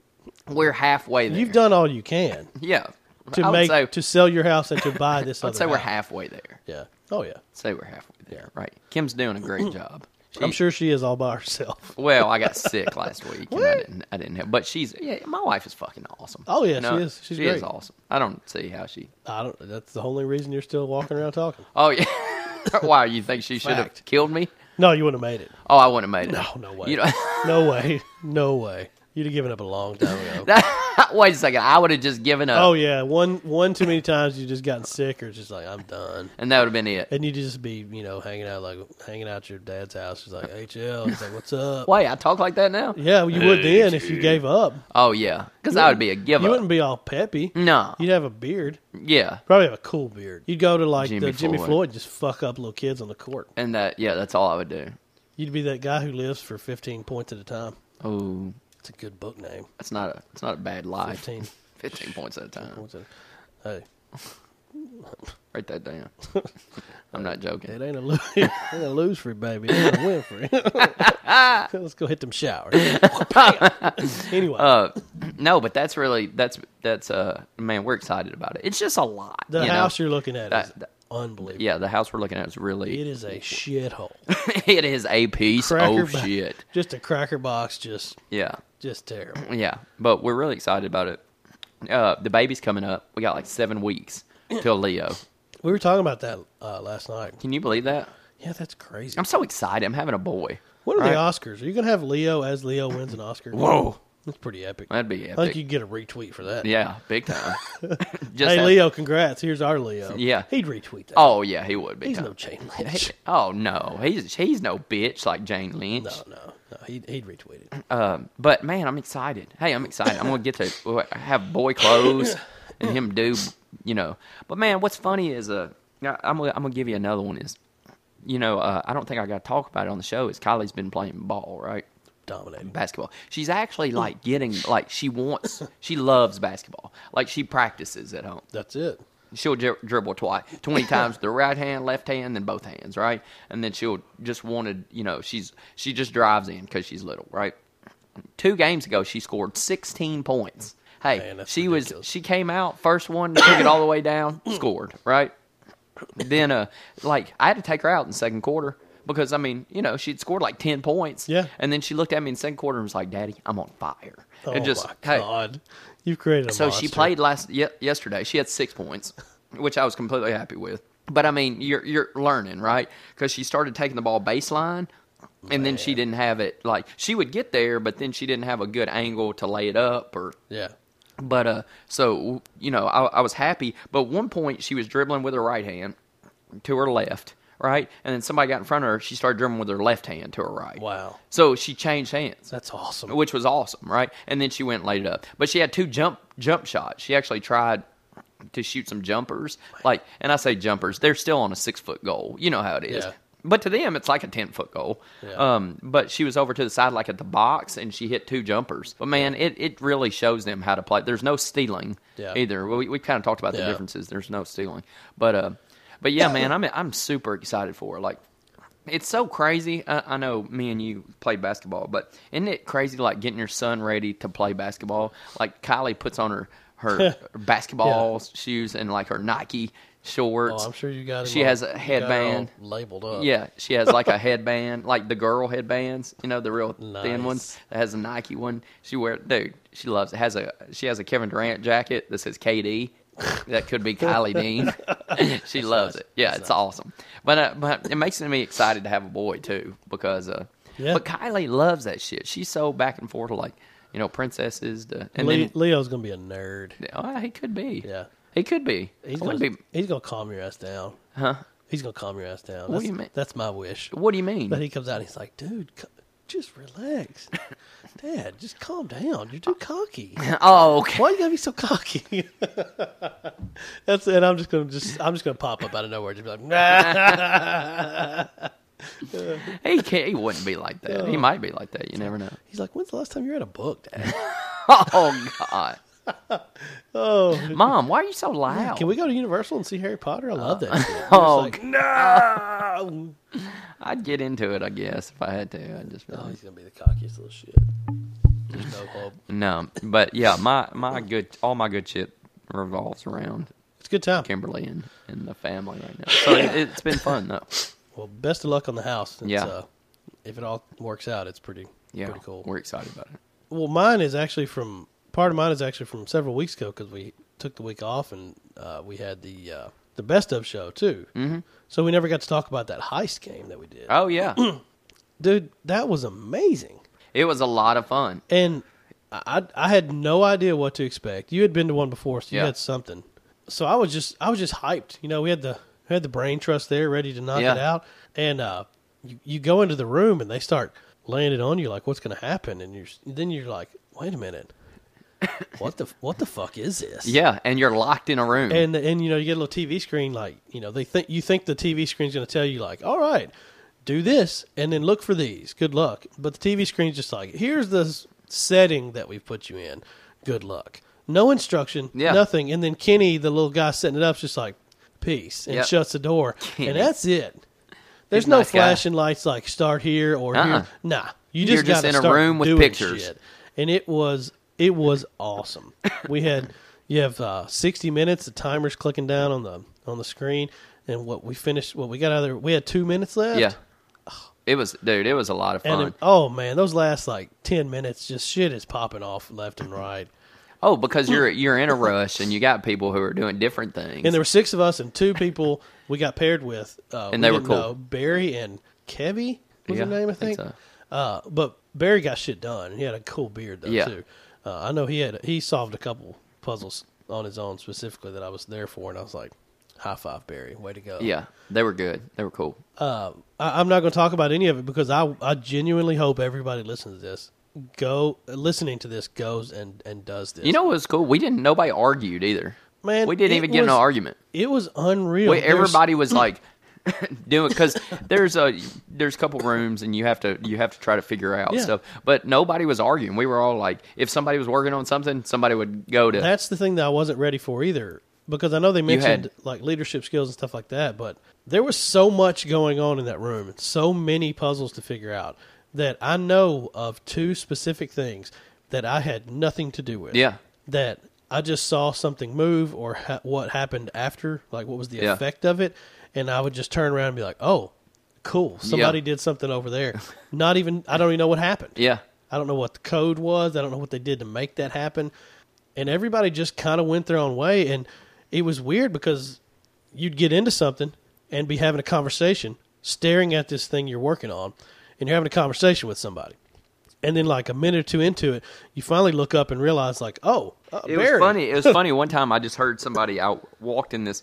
A: We're halfway there.
B: you've done all you can
A: yeah. I
B: to
A: would
B: make
A: say,
B: to sell your house and to buy this.
A: I'd
B: other
A: say we're
B: house.
A: halfway there.
B: Yeah. Oh yeah.
A: Say we're halfway there, right? Kim's doing a great job.
B: I'm
A: She-
B: sure she is all by herself.
A: Well, I got sick last week and I didn't I didn't help. But she's yeah, my wife is fucking awesome.
B: Oh, yeah, she is. She's
A: she is
B: great.
A: awesome. I don't see how she
B: I don't. That's the only reason you're still walking around talking.
A: Oh yeah. wow, you think she should have
B: Fact.
A: killed me?
B: No, you wouldn't have made it.
A: Oh, I wouldn't have made it.
B: Oh no way.
A: You know,
B: no way. No way. You'd have given up a long time ago.
A: uh, wait a second. I would have just given up.
B: Oh yeah, one one too many times you just gotten sick or just like I'm done,
A: and that would have been it.
B: and you just be you know hanging out like hanging out at your dad's house. He's like HL. He's like what's up?
A: Wait, I talk like that now?
B: Yeah, you would then if you gave up.
A: Oh yeah, because I would be a Mm.
B: You
A: give up.
B: wouldn't be all peppy.
A: No,
B: You'd have a beard,
A: yeah,
B: probably have a cool beard. You'd go to like
A: Jimmy
B: the Jimmy
A: Floyd.
B: Floyd, just fuck up little kids on the court.
A: and that yeah, that's all I would do.
B: You'd be that guy who lives for 15 points at a time.
A: Oh,
B: It's a good book name.
A: that's not a it's not a bad life.
B: 15
A: Fifteen points at a time.
B: points at a Hey,
A: Write that down. I'm not joking.
B: it ain't a lose, ain't a lose for you, baby. It ain't a win for you. Let's go hit them showers. anyway,
A: Uh, no, but that's really that's that's uh man, we're excited about it. It's just a lot.
B: the
A: you know?
B: house you're looking at is
A: that- that-
B: unbelievable.
A: yeah, the house we're looking at is
B: It
A: really
B: is a shithole.
A: it is a piece
B: Cracker
A: of
B: bo-
A: shit.
B: Just a cracker box, just
A: Yeah,
B: just terrible.
A: yeah, but we're really excited about it. Uh, the baby's coming up. We got like seven weeks till Leo.
B: We were talking about that uh, last night.
A: Can you believe that?
B: Yeah, that's crazy.
A: I'm so excited. I'm having a boy.
B: What are
A: Right.
B: the Oscars? Are you gonna have Leo as Leo wins an Oscar?
A: Whoa.
B: that's pretty epic.
A: That'd be
B: I think
A: epic.
B: you get a retweet for that.
A: yeah, big time. Just
B: Hey
A: have-
B: Leo, congrats! Here's our Leo.
A: Yeah.
B: he'd retweet that.
A: Oh yeah, he would big
B: he's
A: time.
B: no chain lynch.
A: oh no, he's he's no bitch like Jane Lynch.
B: No, no, no. He'd, he'd retweet it.
A: Um, but man, I'm excited. Hey, I'm excited. I'm gonna get to uh, have boy clothes and him do, you know. But man, what's funny is uh, now, I'm gonna, I'm gonna give you another one is, you know, uh, I don't think I got to talk about it on the show. Is Kylie's been playing ball, right?
B: dominating.
A: basketball. She's actually like getting like she wants. She loves basketball. Like she practices at home.
B: That's it.
A: She'll dri- dribble twice, twenty times with the right hand, left hand, then both hands, right? And then she'll just wanted. You know, she's she just drives in because she's little, right? Two games ago, she scored sixteen points. Hey,
B: Man, that's
A: she
B: ridiculous.
A: was she came out first one, took it all the way down, scored, right? then uh like I had to take her out in the second quarter because I mean, you know, she'd scored like ten points.
B: Yeah.
A: And then she looked at me in the second quarter and was like, Daddy, I'm on fire.
B: Oh
A: and just
B: my
A: hey,
B: god, you've created a
A: so she
B: monster.
A: played last ye- yesterday. She had six points, which I was completely happy with. But I mean, you're you're learning, right? Because she started taking the ball baseline, and then she didn't have it. Like she would get there, but then she didn't have a good angle to lay it up or
B: Yeah,
A: but uh, so you know, I, I was happy. But one point, she was dribbling with her right hand to her left, right, and then somebody got in front of her. She started dribbling with her left hand to her right.
B: Wow.
A: So she changed hands
B: that's awesome.
A: which was awesome, right? And then she went and laid it up. But she had two jump jump shots. She actually tried to shoot some jumpers, like, and I say jumpers, they're still on a six foot goal. You know how it is.
B: Yeah.
A: But to them, it's like a ten foot goal.
B: Yeah.
A: Um, but she was over to the side, like at the box, and she hit two jumpers. But man, it, it really shows them how to play. There's no stealing
B: Yeah.
A: either. We we kind of talked about the
B: Yeah.
A: differences. There's no stealing, but uh, but yeah, man, I'm I'm super excited for her. like it's so crazy. I, I know me and you played basketball, but isn't it crazy like getting your son ready to play basketball? Like Kylie puts on her her basketball shoes and like her Nike shorts.
B: oh, I'm sure you got. Him
A: She
B: all-
A: has
B: you
A: a
B: got it
A: headband.
B: all labeled up.
A: Yeah, she has like a headband, like the girl headbands, you know, the real thin
B: Nice.
A: ones. That has a Nike one. She wear dude, she loves it. Has a she has a Kevin Durant jacket that says KD. That could be Kylie Dean. she loves it. Yeah, it's awesome. But uh, but it makes me excited to have a boy too because uh
B: Yeah.
A: but Kylie loves that shit. She's so back and forth like, you know, princesses to, and
B: Le-
A: then
B: Leo's gonna be a nerd.
A: oh, he could be.
B: Yeah.
A: He could be.
B: He's
A: I
B: gonna
A: wouldn't be
B: he's gonna calm your ass down.
A: huh?
B: He's gonna calm your ass down.
A: What
B: That's,
A: do you mean?
B: that's my wish.
A: What do you mean?
B: But he comes out and he's like, dude, c- just relax, Dad. Just calm down. You're too cocky.
A: oh, okay.
B: Why you gotta be so cocky? That's and I'm just gonna just I'm just gonna pop up out of nowhere just be like, nah.
A: He can't, he wouldn't be like that.
B: Uh.
A: He might be like that. You never know.
B: He's like, when's the last time you read a book, Dad?
A: Oh God,
B: Oh,
A: Mom, why are you so loud?
B: can we go to Universal and see Harry Potter? I love that. shit.
A: Oh,
B: It's like, no.
A: I'd get into it, I guess, if I had to. I just
B: Oh,
A: really
B: he's gonna be the cockiest little shit. There's no hope.
A: no, but yeah, my my good, all my good shit revolves around
B: It's a good time.
A: Kimberly and, and the family right now. So it, it's been fun though.
B: Well, best of luck on the house. It's,
A: Yeah.
B: Uh, if it all works out, it's pretty
A: Yeah,
B: pretty cool.
A: We're excited about it.
B: Well, mine is actually from part of mine is actually from several weeks ago because we took the week off and uh, we had the uh, the best of show too. Mm-hmm. So we never got to talk about that heist game that we did,
A: Oh yeah,
B: dude. That was amazing,
A: it was a lot of fun.
B: and I I had no idea what to expect. You had been to one before, so
A: Yeah.
B: you had something. So I was just I was just hyped. You know, we had the we had the brain trust there ready to knock
A: Yeah.
B: it out, and uh, you you go into the room and they start laying it on you like what's going to happen, and you then you're like, wait a minute. what the what the fuck is this?
A: Yeah, and you're locked in a room.
B: and and you know you get a little TV screen like you know they think you think the TV screen's going to tell you like all right do this and then look for these good luck but the TV screen's just like here's the s- setting that we've put you in good luck no instruction
A: Yeah.
B: nothing and then Kenny the little guy setting it up's just like peace and
A: Yep.
B: shuts the door
A: Kenny.
B: and that's it there's
A: He's a
B: no
A: nice guy.
B: flashing lights like start here or
A: Uh-uh.
B: here nah you
A: You're
B: just
A: just
B: got
A: in a room with pictures.
B: and it was it was awesome. we had you have uh, sixty minutes. The timer's clicking down on the on the screen, and what we finished, what we got out of there, we had two minutes left.
A: yeah, it was, dude. It was a lot of
B: and
A: fun.
B: it- oh man, those last like ten minutes, just shit is popping off left and right.
A: oh, because you're you're in a rush and you got people who are doing different things.
B: And there were six of us, and two people we got paired with. Uh,
A: And
B: we
A: they were
B: didn't
A: cool.
B: know, Barry and Kevy was
A: Yeah,
B: their name, I
A: I think
B: think.
A: so.
B: uh, but Barry got shit done. He had a cool beard though
A: Yeah.
B: too. Uh, I know he had he solved a couple puzzles on his own specifically that I was there for, and I was like, high five, Barry, way to go.
A: yeah, they were good. They were cool.
B: Uh, I, I'm not going to talk about any of it because I I genuinely hope everybody listens to this. Go listening to this goes and and does this.
A: You know what was cool? We didn't. Nobody argued either.
B: Man,
A: we didn't
B: it
A: even get in an
B: was-
A: argument.
B: it was unreal.
A: We,
B: There's-
A: everybody was like, doing because there's a there's a couple rooms and you have to you have to try to figure out
B: Yeah.
A: stuff. But nobody was arguing. We were all like, if somebody was working on something, somebody would go to.
B: That's the thing that I wasn't ready for either, because I know they mentioned
A: had-
B: like leadership skills and stuff like that, but there was so much going on in that room and so many puzzles to figure out that I know of two specific things that I had nothing to do with.
A: Yeah.
B: That I just saw something move or ha- what happened after, like what was the
A: Yeah.
B: effect of it, and I would just turn around and be like, "Oh, cool, somebody did something over there." Not even I don't even know what happened.
A: yeah,
B: I don't know what the code was. I don't know what they did to make that happen. And everybody just kind of went their own way. And it was weird because you'd get into something and be having a conversation, staring at this thing you're working on, and you're having a conversation with somebody. And then, like a minute or two into it, you finally look up and realize, like, oh, uh,
A: it
B: Barry.
A: was funny. It was funny. One time I just heard somebody. I walked in this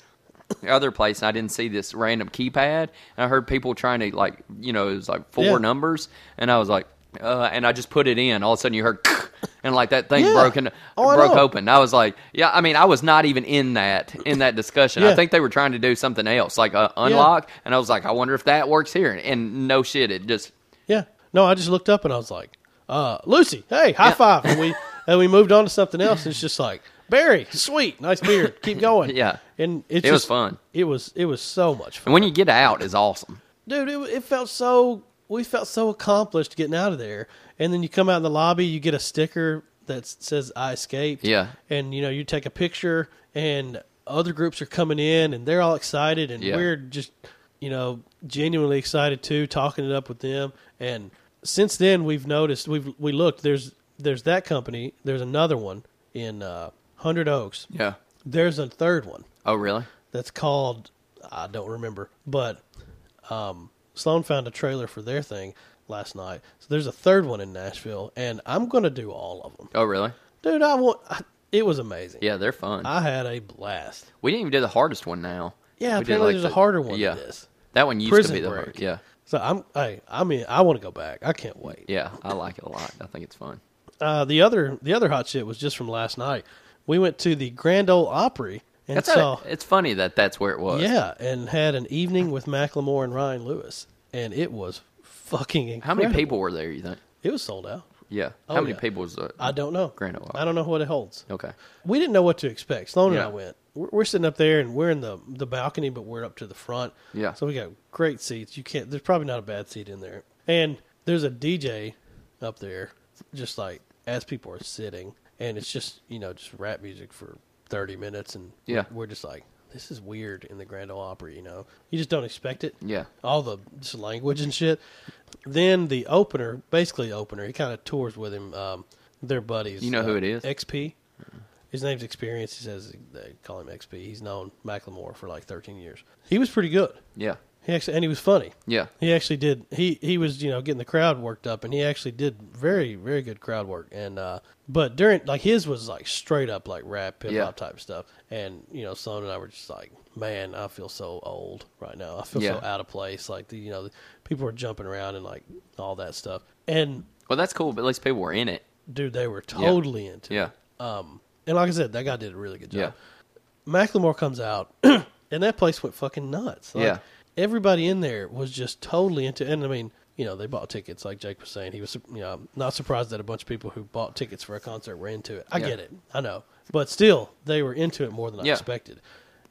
A: other place and I didn't see this random keypad. And I heard people trying to like, you know, it was like four
B: Yeah.
A: numbers, and I was like, uh, and I just put it in. All of a sudden, you heard. And like that thing
B: Yeah.
A: broken
B: Oh, I
A: broke
B: know.
A: open. I was like, yeah. I mean, I was not even in that in that discussion. I
B: Yeah.
A: think they were trying to do something else, like uh, unlock. And I was like, I wonder if that works here. And, and no shit, it just
B: Yeah. No, I just looked up and I was like, uh, Lucy, hey, high five. And we and we moved on to something else. It's just like, Barry, sweet, nice beard. Keep going.
A: Yeah.
B: And it's
A: It was
B: just-
A: fun.
B: It was it was so much fun.
A: and when you get out is awesome.
B: Dude, it, it felt so we felt so accomplished getting out of there. And then you come out in the lobby, you get a sticker that s- says I escaped.
A: Yeah.
B: And you know, you take a picture and other groups are coming in and they're all excited and
A: Yeah.
B: we're just you know, genuinely excited too, talking it up with them. And since then we've noticed we've we looked, there's there's that company, there's another one in uh Hundred Oaks.
A: Yeah.
B: There's a third one
A: Oh really?
B: that's called I don't remember, but um, Sloan found a trailer for their thing last night. So there's a third one in Nashville, and I'm gonna do all of them,
A: Oh really?
B: dude. I want. I, it was amazing.
A: Yeah, they're fun.
B: I had a blast.
A: We didn't even do the hardest one now.
B: Yeah,
A: we did,
B: apparently there's a harder one than
A: Yeah,
B: this.
A: that one used
B: Prison
A: to be the
B: Break.
A: hard. Yeah,
B: So I'm. Hey, I mean, I want to go back. I can't wait.
A: yeah, I like it a lot. I think it's fun.
B: Uh, the other, the other hot shit was just from last night. We went to the Grand Ole Opry and
A: That's
B: saw.
A: how, it's funny that that's where it was.
B: yeah, and had an evening with Macklemore and Ryan Lewis, and it was fucking incredible.
A: How many people were there? You think?
B: It was sold out.
A: Yeah.
B: Oh,
A: how many
B: yeah.
A: people was that?
B: I don't know.
A: Grand Ole Opry.
B: I don't know what it holds.
A: Okay.
B: We didn't know what to expect. Sloan
A: Yeah.
B: and I went. We're, we're sitting up there and we're in the the balcony, but we're up to the front.
A: Yeah.
B: So we got great seats. You can't. There's probably not a bad seat in there. And there's a DJ up there, just like as people are sitting, and it's just you know just rap music for thirty minutes, and we're-
A: Yeah.
B: we're, just like. This is weird in the Grand Ole Opry, you know. You just don't expect it.
A: Yeah.
B: All the just language and shit. Then the opener, basically opener, he kind of tours with him. Um, their buddies.
A: You know who it is?
B: XP. His name's Experience. He says they call him XP. He's known Macklemore for like 13 years. He was pretty good.
A: Yeah.
B: He actually and he was funny.
A: Yeah.
B: He actually did. He he was you know getting the crowd worked up, and he actually did very very good crowd work. And uh, but during like his was like straight up like rap hip hop
A: Yeah.
B: type stuff. And you know, Sloan and I were just like, man, I feel so old right now. I feel
A: Yeah.
B: so out of place. Like the you know the people were jumping around and like all that stuff. And
A: Well, that's cool. But at least people were in it.
B: dude, they were totally into
A: Yeah.
B: and like I said, that guy did a really good
A: Yeah.
B: job. Macklemore comes out, and that place went fucking nuts. Like,
A: Yeah.
B: everybody in there was just totally into. And I mean, you know, they bought tickets. Like Jake was saying, he was you know not surprised that a bunch of people who bought tickets for a concert were into it. I
A: Yeah.
B: get it, I know, but still, they were into it more than
A: Yeah.
B: I expected.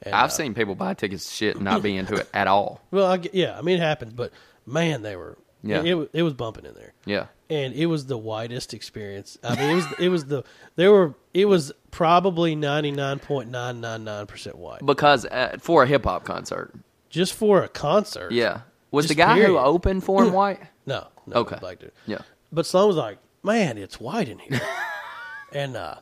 B: And,
A: I've
B: uh,
A: seen people buy tickets to shit and not be into it at all.
B: well, I get, yeah, I mean, it happens, but man, they were
A: Yeah.
B: yeah, it, it, it was bumping in there
A: Yeah.
B: and it was the widest experience. I mean, it was it was the there were it was probably ninety nine point nine nine nine percent white
A: Because uh, for a hip hop concert.
B: just for a concert.
A: Yeah. Was
B: Just
A: the guy who
B: period. Mm.
A: opened for him white?
B: no, no,
A: Okay.
B: black dude.
A: Yeah.
B: But Sloan was like, "Man, it's white in here," and uh,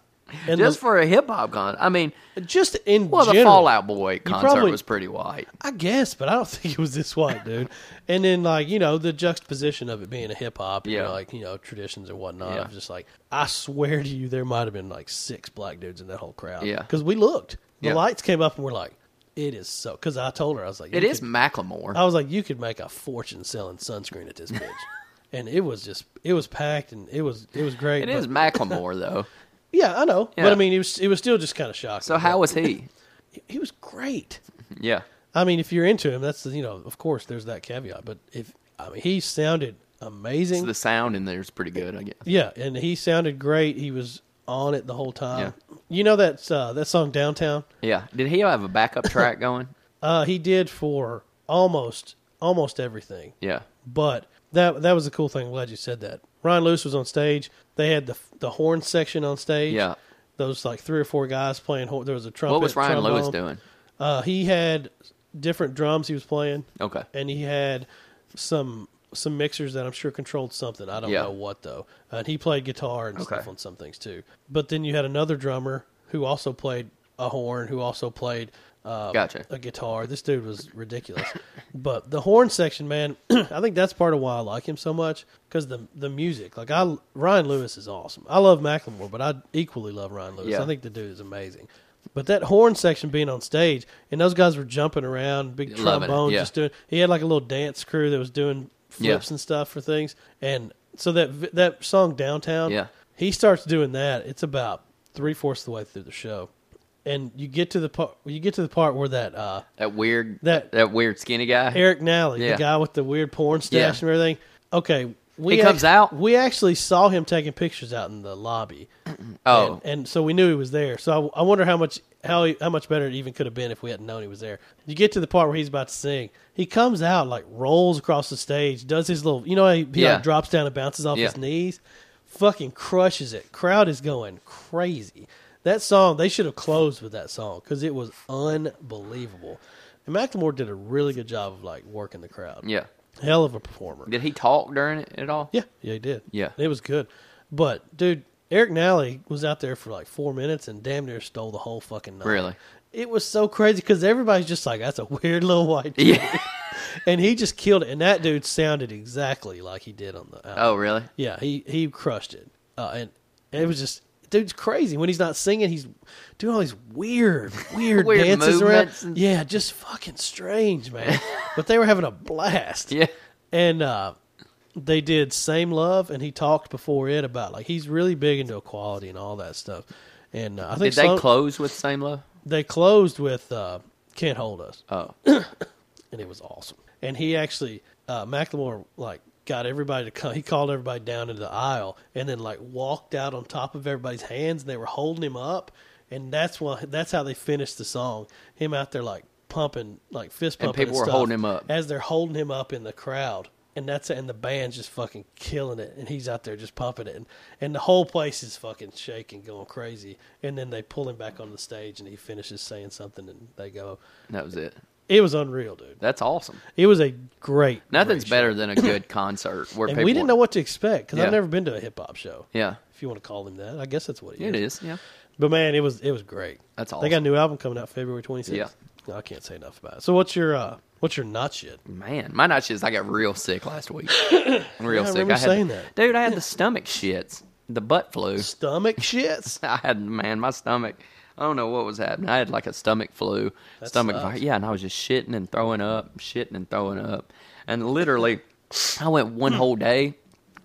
B: and
A: Just
B: the-
A: for a hip hop concert. I mean,
B: just in
A: well, the
B: general,
A: Fallout Boy concert
B: probably-
A: was pretty white.
B: I guess, but I don't think it was this white, dude. and then like you know the juxtaposition of it being a hip hop, you
A: Yeah.
B: know, like you know traditions and whatnot.
A: Yeah.
B: I was just like, I swear to you, there might have been like six black dudes in that whole crowd.
A: Yeah.
B: because we looked, the
A: Yeah.
B: lights came up, and we're like, it is so. Because I told her I was like,
A: It Oh,
B: you
A: is
B: could-
A: Macklemore.
B: I was like, you could make a fortune selling sunscreen at this bitch. And it was just, it was packed, and it was, it was great.
A: It
B: but-
A: is Macklemore though.
B: yeah, I know,
A: Yeah.
B: but I mean, it was, it was still just kind of shocking.
A: So how was he?
B: he was great?
A: Yeah.
B: I mean, if you're into him, that's you know, of course, there's that caveat. But if I mean, he sounded amazing.
A: The sound in there is pretty good, I guess.
B: Yeah, and he sounded great. He was on it the whole time. You know that uh, that song Downtown?
A: Yeah. Did he have a backup track going?
B: Uh, he did for almost almost everything.
A: Yeah.
B: But that that was the cool thing. I'm glad you said that. Ryan Lewis was on stage. They had the the horn section on stage.
A: Yeah.
B: Those like three or four guys playing horn. There was a trumpet.
A: What was Ryan
B: trombone.
A: Lewis doing?
B: Uh, he had different drums he was playing,
A: Okay.
B: and he had some some mixers that I'm sure controlled something. I don't
A: Yeah.
B: know what though. And he played guitar and stuff
A: Okay.
B: on some things too. But then you had another drummer who also played a horn, who also played uh,
A: Gotcha.
B: a guitar. This dude was ridiculous. but the horn section, man, I think that's part of why I like him so much because the the music. Like I, Ryan Lewis is awesome. I love Macklemore, but I equally love Ryan Lewis.
A: Yeah.
B: I think the dude is amazing. But that horn section being on stage, and those guys were jumping around, big
A: Loving it,
B: trombone,
A: yeah.
B: just doing. He had like a little dance crew that was doing flips
A: Yeah.
B: and stuff for things, and so that vi- that song downtown,
A: Yeah.
B: he starts doing that. It's about three fourths of the way through the show, and you get to the part you get to the part where that uh,
A: That weird
B: That-
A: that, weird skinny guy.
B: Eric Nally,
A: Yeah.
B: the guy with the weird porn stash
A: Yeah.
B: and everything. Okay, we
A: He comes out?
B: We actually saw him taking pictures out in the lobby.
A: oh.
B: and, and so we knew he was there. So I, I wonder how much how he, how much better it even could have been if we hadn't known he was there. You get to the part where he's about to sing. He comes out like rolls across the stage, does his little, you know, how he, he
A: Yeah.
B: like, drops down and bounces off
A: Yeah.
B: his knees, fucking crushes it. Crowd is going crazy. That song they should have closed with that song because it was unbelievable. And Macklemore did a really good job of like working the crowd.
A: yeah.
B: Hell of a performer.
A: Did he talk during it at all?
B: Yeah, yeah, he did.
A: Yeah.
B: it was good. But dude, Eric Nally was out there for like four minutes and damn near stole the whole fucking night.
A: Really?
B: It was so crazy because everybody's just like, "That's a weird little white," dude."
A: Yeah.
B: and he just killed it. And that dude sounded exactly like he did on the. Album.
A: oh, really?
B: Yeah, he he crushed it, uh, and it was just dude's crazy when he's not singing. He's doing all these weird, weird,
A: Weird
B: dances around.
A: movements and-
B: Yeah, just fucking strange, man. but they were having a blast.
A: Yeah.
B: and uh, they did same love, and he talked before it about like he's really big into equality and all that stuff. And uh, I think
A: Did they
B: some-
A: close with Same Love?
B: they closed with uh, "Can't Hold Us."
A: Oh.
B: and it was awesome. And he actually uh, Macklemore like got everybody to come. He called everybody down into the aisle and then like walked out on top of everybody's hands and they were holding him up. And that's why that's how they finished the song. Him out there like pumping like fist
A: And
B: pumping.
A: people were
B: stuff
A: holding him up.
B: as they're holding him up in the crowd. And that's and the band's just fucking killing it, and he's out there just pumping it, and, and the whole place is fucking shaking, going crazy. And then they pull him back on the stage, and he finishes saying something, and they go,
A: That was it.
B: "It was unreal, dude."
A: That's awesome.
B: It was a great.
A: Nothing's
B: great show.
A: better than a good concert where
B: And
A: people
B: we didn't know what to expect because
A: Yeah.
B: I've never been to a hip hop show.
A: Yeah.
B: If you want to call him that, I guess that's what he
A: It
B: is.
A: is. Yeah.
B: But man, it was it was great.
A: That's
B: They got a
A: awesome.
B: new album coming out February twenty sixth. I can't say enough about it. So what's your uh what's your not shit?
A: Man, my night shits. I got real sick last week. Real sick.
B: remember
A: I had
B: saying
A: the-
B: that.
A: Dude, I had the stomach shits, the butt flu.
B: Stomach shits.
A: I had man, my stomach. I don't know what was happening. I had like a stomach flu,
B: That
A: stomach
B: sucks.
A: virus. Yeah, and I was just shitting and throwing up, shitting and throwing up, and literally, I went one whole day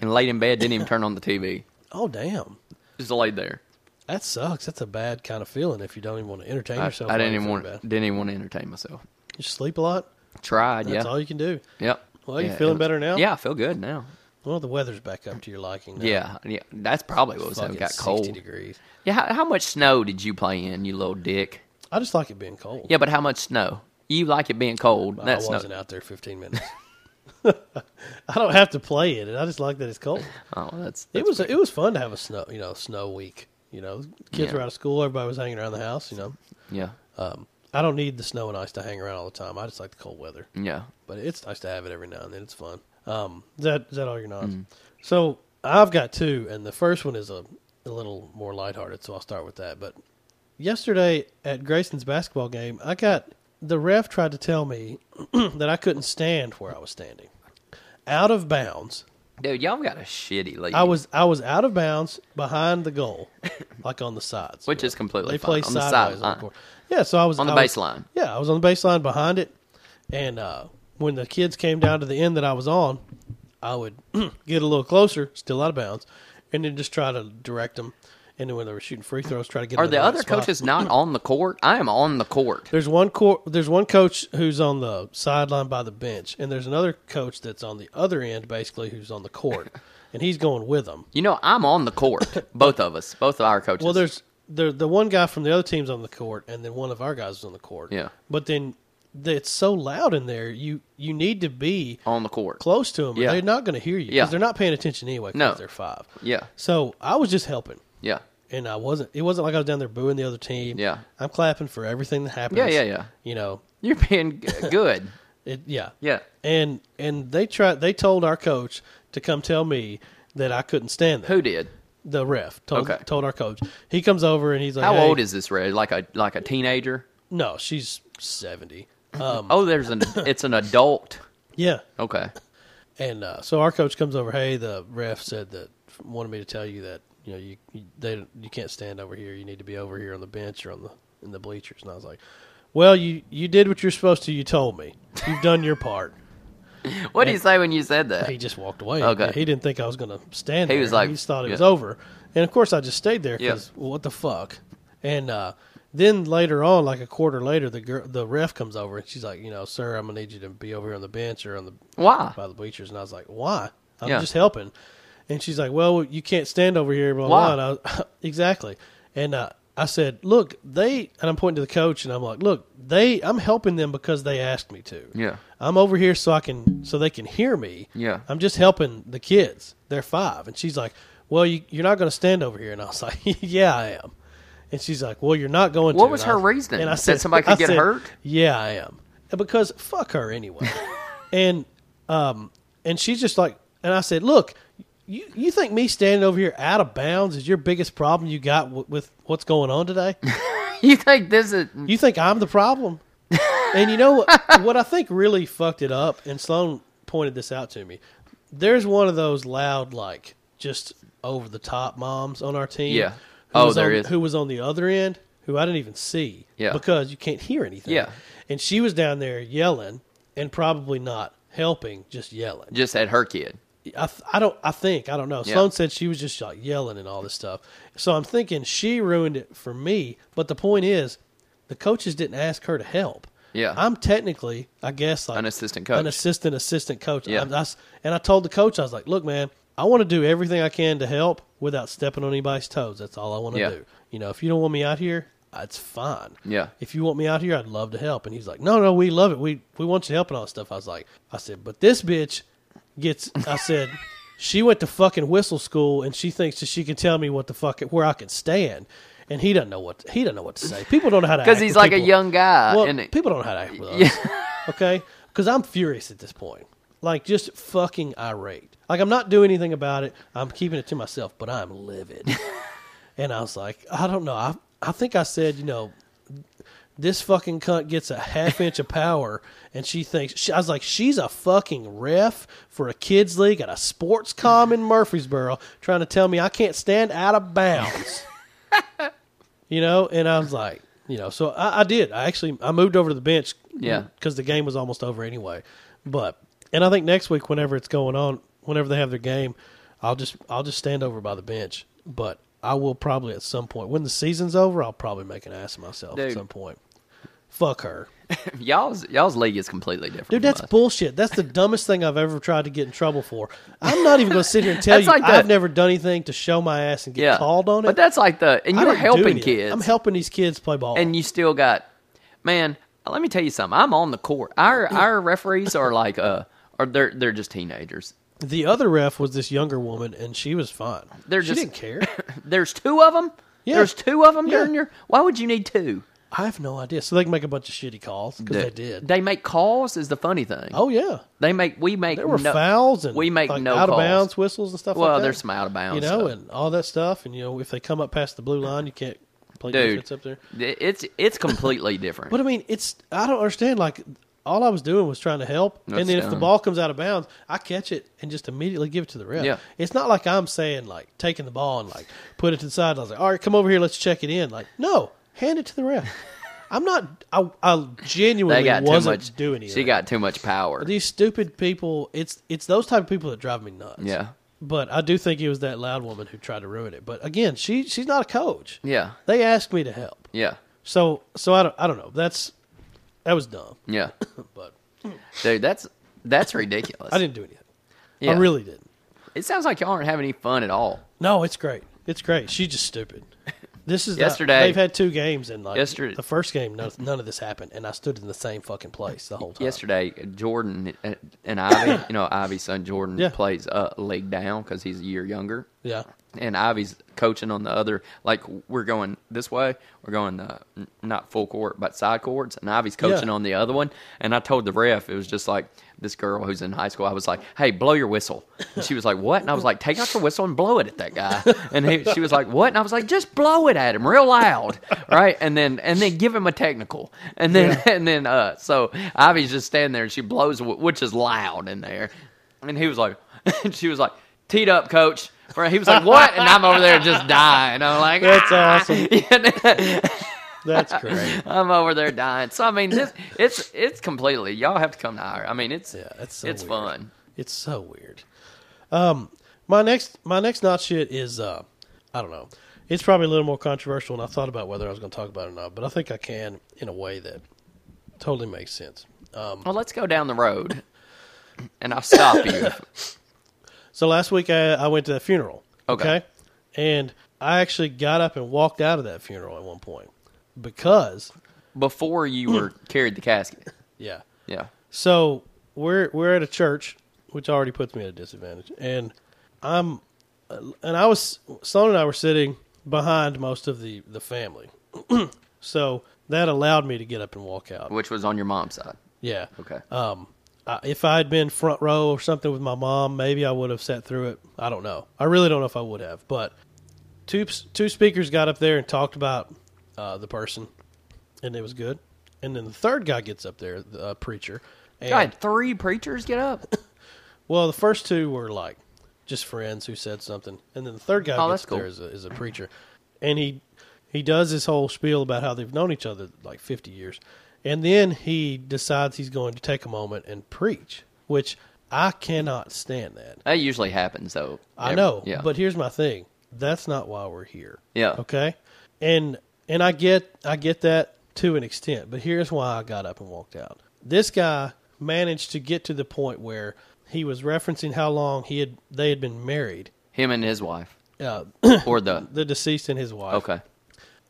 A: and laid in bed, didn't even turn on the TV,
B: Oh damn,
A: just laid there.
B: that sucks. That's a bad kind of feeling if you don't even want to entertain
A: I,
B: yourself.
A: I didn't
B: while
A: even
B: you're
A: want,
B: feeling bad.
A: didn't even want to entertain myself.
B: You sleep a lot.
A: Tried,
B: That's
A: yeah,
B: all you can do.
A: yep.
B: Well, you
A: Yeah,
B: feeling
A: it was-
B: better now?
A: Yeah, I feel good now.
B: Well, the weather's back up to your liking. Now.
A: Yeah, yeah, that's probably what was
B: Fucking
A: happening. Got
B: 60
A: cold.
B: degrees.
A: Yeah, how, how much snow did you play in, you little dick?
B: I just like it being cold.
A: Yeah, but how much snow? You like it being cold?
B: I
A: That's
B: wasn't
A: not.
B: out there 15 minutes. I don't have to play it. and I just like that it's cold.
A: Oh, that's,
B: It
A: that's
B: was it was fun to have a snow you know snow week. You know, kids
A: Yeah.
B: were out of school. Everybody was hanging around the house. You know,
A: yeah,
B: I don't need the snow and ice to hang around all the time. I just like the cold weather.
A: yeah.
B: But it's nice to have it every now and then. It's fun. Um, is that is that all your nods? So I've got two, and the first one is a, a little more lighthearted. So I'll start with that. But yesterday at Grayson's basketball game, I got the ref tried to tell me that I couldn't stand where I was standing, out of bounds.
A: Dude, y'all got a shitty league.
B: I was I was out of bounds behind the goal, like on the sides,
A: Which is completely
B: they
A: fine.
B: play
A: On the
B: sideways on
A: sideline.
B: the court. Yeah, so I was
A: On the
B: I was-
A: baseline.
B: Yeah, I was on the baseline behind it, and uh, when the kids came down to the end that I was on, I would get a little closer, still out of bounds, and then just try to direct them. and then when they were shooting free throws, try to get
A: Are
B: them in
A: the
B: right
A: other
B: spot.
A: coaches not on the court? I am on the court.
B: There's one cor- There's one coach who's on the sideline by the bench, and there's another coach that's on the other end, basically, who's on the court, and he's going with them.
A: You know, I'm on the court. Both of us, both of our coaches.
B: Well, there's the the one guy from the other team's on the court, and then one of our guys is on the court.
A: Yeah.
B: But then th- it's so loud in there, you you need to be
A: on the court.
B: close to them. or
A: Yeah.
B: They're not going to hear you because
A: Yeah.
B: they're not paying attention anyway. 'cause
A: No.
B: they're five.
A: Yeah,
B: So I was just helping,
A: yeah,
B: and I wasn't. It wasn't like I was down there booing the other team.
A: Yeah.
B: I'm clapping for everything that happens.
A: yeah, yeah, yeah.
B: You know,
A: You're being g- good.
B: it. Yeah,
A: Yeah,
B: And and they tried. They told our coach to come tell me that I couldn't stand that.
A: who did?
B: The ref told
A: Okay.
B: told our coach. He comes over and he's like,
A: How
B: "Hey."
A: old is this red? Like a like a teenager?
B: No, she's seventy. Um,
A: Oh, there's an it's an adult.
B: yeah,
A: Okay.
B: and uh, so our coach comes over. Hey, the ref said that wanted me to tell you that you know you, you they you can't stand over here. You need to be over here on the bench or on the in the bleachers. And I was like, well, you you did what you're supposed to. You told me you've done your part.
A: What did you say when you said
B: He
A: that?
B: just walked away.
A: Okay.
B: He didn't think I was going to stand
A: He
B: there.
A: was like-
B: he just thought it was
A: yeah.
B: over. And of course, I just stayed there
A: Yeah.
B: because what the fuck. And uh, then later on, like a quarter later, the girl, the ref comes over and she's like, you know, sir, I'm gonna need you to be over here on the bench or on the
A: Why?
B: by the bleachers. And I was like, why? I'm
A: Yeah.
B: just helping. And she's like, well, you can't stand over here. Blah
A: Why?
B: blah. blah. And I was- exactly. And uh, I said, look, they. And I'm pointing to the coach, and I'm like, look, they. I'm helping them because they asked me to.
A: Yeah.
B: I'm over here so I can so they can hear me.
A: Yeah.
B: I'm just helping the kids. They're five, and she's like, "Well, you, you're not going to stand over here." And I was like, "Yeah, I am." And she's like, "Well, you're not going to."
A: What was
B: And I
A: her reasoning?
B: And I
A: That
B: said,
A: somebody could
B: I
A: get
B: said,
A: hurt?
B: Yeah, I am, And because fuck her anyway. and um, and she's just like, and I said, "Look, you you think me standing over here out of bounds is your biggest problem you got w- with what's going on today?"
A: You think this is?
B: You think I'm the problem? and you know what, what I think really fucked it up, and Sloan pointed this out to me. There's one of those loud, like just over the top moms on our team.
A: Yeah.
B: who
A: Oh,
B: was
A: there
B: on,
A: is.
B: Who was on the other end? Who I didn't even see.
A: Yeah.
B: Because you can't hear anything.
A: Yeah.
B: And she was down there yelling, and probably not helping, just yelling.
A: Just at her kid.
B: I, th- I don't I think I don't know.
A: Yeah.
B: Sloan said she was just like yelling and all this stuff. So I'm thinking she ruined it for me. But the point is, the coaches didn't ask her to help.
A: Yeah.
B: I'm technically, I guess, like
A: An assistant coach.
B: an assistant assistant coach.
A: Yeah.
B: I'm- I s- and I told the coach, I was like, look, man, I want to do everything I can to help without stepping on anybody's toes. That's all I want to
A: Yeah.
B: do. You know, if you don't want me out here, it's fine.
A: Yeah.
B: If you want me out here, I'd love to help. And he's like, no, no, we love it. We we want you to help and all that stuff. I was like, I said, but this bitch gets. I said, she went to fucking whistle school and she thinks that she can tell me what the fuck where I can stand. And he doesn't know what he doesn't know what to say. People don't know how to
A: Because
B: act
A: he's
B: with
A: like a
B: people.
A: young guy.
B: Well,
A: and it-
B: people don't know how to act with us. Okay? Because I'm furious at this point. Like, just fucking irate. Like, I'm not doing anything about it. I'm keeping it to myself, but I'm livid. and I was like, I don't know. I, I think I said, you know, this fucking cunt gets a half inch of power, and she thinks, she, I was like, she's a fucking ref for a kids' league at a sports com in Murfreesboro trying to tell me I can't stand out of bounds you know and i was like you know so i, I did i actually i moved over to the bench
A: Yeah.
B: because the game was almost over anyway but and i think next week whenever it's going on whenever they have their game i'll just i'll just stand over by the bench but i will probably at some point when the season's over i'll probably make an ass of myself at
A: Dude.
B: some point fuck her
A: y'all's y'all's league is completely different.
B: dude
A: from
B: that's
A: us.
B: bullshit that's the dumbest thing i've ever tried to get in trouble for i'm not even going to sit here and tell
A: That's
B: you
A: like the-
B: i've never done anything to show my ass and get
A: yeah.
B: called on it
A: But that's like the and
B: I
A: you're
B: didn't do
A: helping
B: anything.
A: kids.
B: i'm helping these kids play ball
A: and you still got man let me tell you something i'm on the court our our referees are like uh are they're they're just teenagers
B: The other ref was this younger woman, and she was fine.
A: They're
B: she
A: just-
B: didn't care.
A: there's two of them
B: Yeah.
A: there's two of them
B: Yeah.
A: during your why would you need two
B: I have no idea. So they can make a bunch of shitty calls because they did.
A: they make calls is the funny thing
B: oh yeah,
A: they make we make
B: there were
A: no,
B: fouls and
A: we make
B: like,
A: no
B: out of
A: calls.
B: bounds whistles and stuff.
A: Well,
B: like that.
A: there's some out of bounds
B: you know,
A: stuff.
B: and all that stuff. And you know, if they come up past the blue line, you can't play
A: dude
B: defense up there.
A: it's it's completely different
B: But I mean, it's I don't understand. Like all I was doing was trying to help,
A: That's
B: and then if the
A: dumb.
B: ball comes out of bounds, I catch it and just immediately give it to the ref.
A: Yeah.
B: It's not like I'm saying like taking the ball and like put it to the side. And I was like, all right, come over here, let's check it in. Like no, hand it to the ref. I'm not. I, I
A: they
B: genuinely
A: got too
B: wasn't
A: much
B: doing it.
A: she got too much power
B: these stupid people. It's it's those type of people that drive me nuts.
A: yeah
B: But I do think it was that loud woman who tried to ruin it. But again, she she's not a coach.
A: Yeah.
B: They asked me to help.
A: Yeah.
B: So so I don't I don't know. That's that was dumb.
A: Yeah.
B: But
A: Dude, that's that's ridiculous.
B: I didn't do anything.
A: Yeah.
B: I really didn't.
A: It sounds like y'all aren't having any fun at all.
B: No, it's great. It's great. She's just stupid. This is the-
A: Yesterday-
B: they've had two games and like
A: Yesterday-
B: the first game none, none of this happened and I stood in the same fucking place the whole time.
A: Yesterday, Jordan and- and Ivy, you know, Ivy's son Jordan
B: Yeah.
A: plays uh, leg down because he's a year younger.
B: Yeah.
A: and Ivy's coaching on the other. Like we're going this way, we're going uh, n- not full court but side courts, and Ivy's coaching
B: Yeah.
A: on the other one. And I told the ref it was just like this girl who's in high school. I was like, "Hey, blow your whistle," and she was like, "What?" And I was like, "Take out your whistle and blow it at that guy." And he, she was like, "What?" And I was like, "Just blow it at him real loud, right?" And then and then give him a technical, and then and then uh, so Ivy's just standing there and she blows, wh- which is loud in there, and he was like, and she was like, teed up, coach. For- He was like, what? And I'm over there just dying. I'm like,
B: That's
A: "Ah."
B: awesome. That's great.
A: I'm over there dying. So I mean, this it's it's completely. Y'all have to come to hire. I mean, it's
B: Yeah, that's so
A: it's
B: weird.
A: fun.
B: It's so weird. Um, my next my next not shit is uh, I don't know. It's probably a little more controversial, and I thought about whether I was going to talk about it or not, but I think I can in a way that totally makes sense.
A: Well, let's go down the road, and I'll stop you.
B: So last week I, I went to that funeral.
A: Okay.
B: and I actually got up and walked out of that funeral at one point because
A: Before you were carried the casket.
B: yeah,
A: Yeah.
B: So we're we're at a church, which already puts me at a disadvantage, and I'm and I was Sloan and I were sitting behind most of the the family, so that allowed me to get up and walk out.
A: Which was on your mom's side.
B: Yeah.
A: Okay.
B: Um, I, if I had been front row or something with my mom, maybe I would have sat through it. I don't know. I really don't know if I would have. But two two speakers got up there and talked about uh, the person, and it was good. And then the third guy gets up there, the uh, preacher. And
A: God, three preachers get up.
B: well, the first two were like just friends who said something, and then the third guy
A: Oh,
B: gets
A: that's cool.
B: there is a, is a preacher, and he he does his whole spiel about how they've known each other like fifty years, and then he decides he's going to take a moment and preach, which I cannot stand that.
A: That usually happens, though.
B: I
A: Every-
B: know,
A: Yeah.
B: but here's my thing: that's not why we're here.
A: Yeah.
B: Okay. And and I get I get that to an extent, but here's why I got up and walked out. This guy managed to get to the point where he was referencing how long he had they had been married.
A: him and his wife,
B: Uh,
A: or the
B: the deceased and his wife.
A: okay.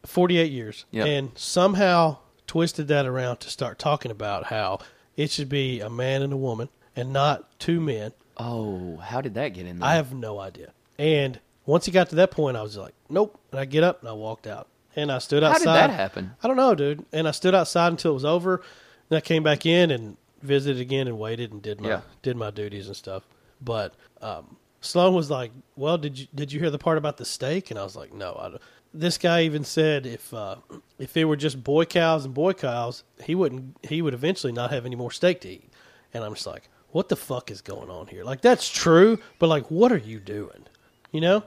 B: 48 years
A: Yeah.
B: and somehow twisted that around to start talking about how it should be a man and a woman and not two men.
A: Oh, how did that get in there?
B: I have no idea. And once he got to that point, I was like, nope. And I get up and I walked out. And I stood
A: How did
B: outside.
A: that happen?
B: I don't know, dude. And I stood outside until it was over. And I came back in and visited again and waited and did my
A: Yeah.
B: did my duties and stuff. But um, Sloan was like, "Well, did you did you hear the part about the steak?" And I was like, "No." I don't. This guy even said if uh, if it were just boy cows and boy cows, he wouldn't he would eventually not have any more steak to eat. And I'm just like, "What the fuck is going on here?" Like that's true, but like, what are you doing? You know.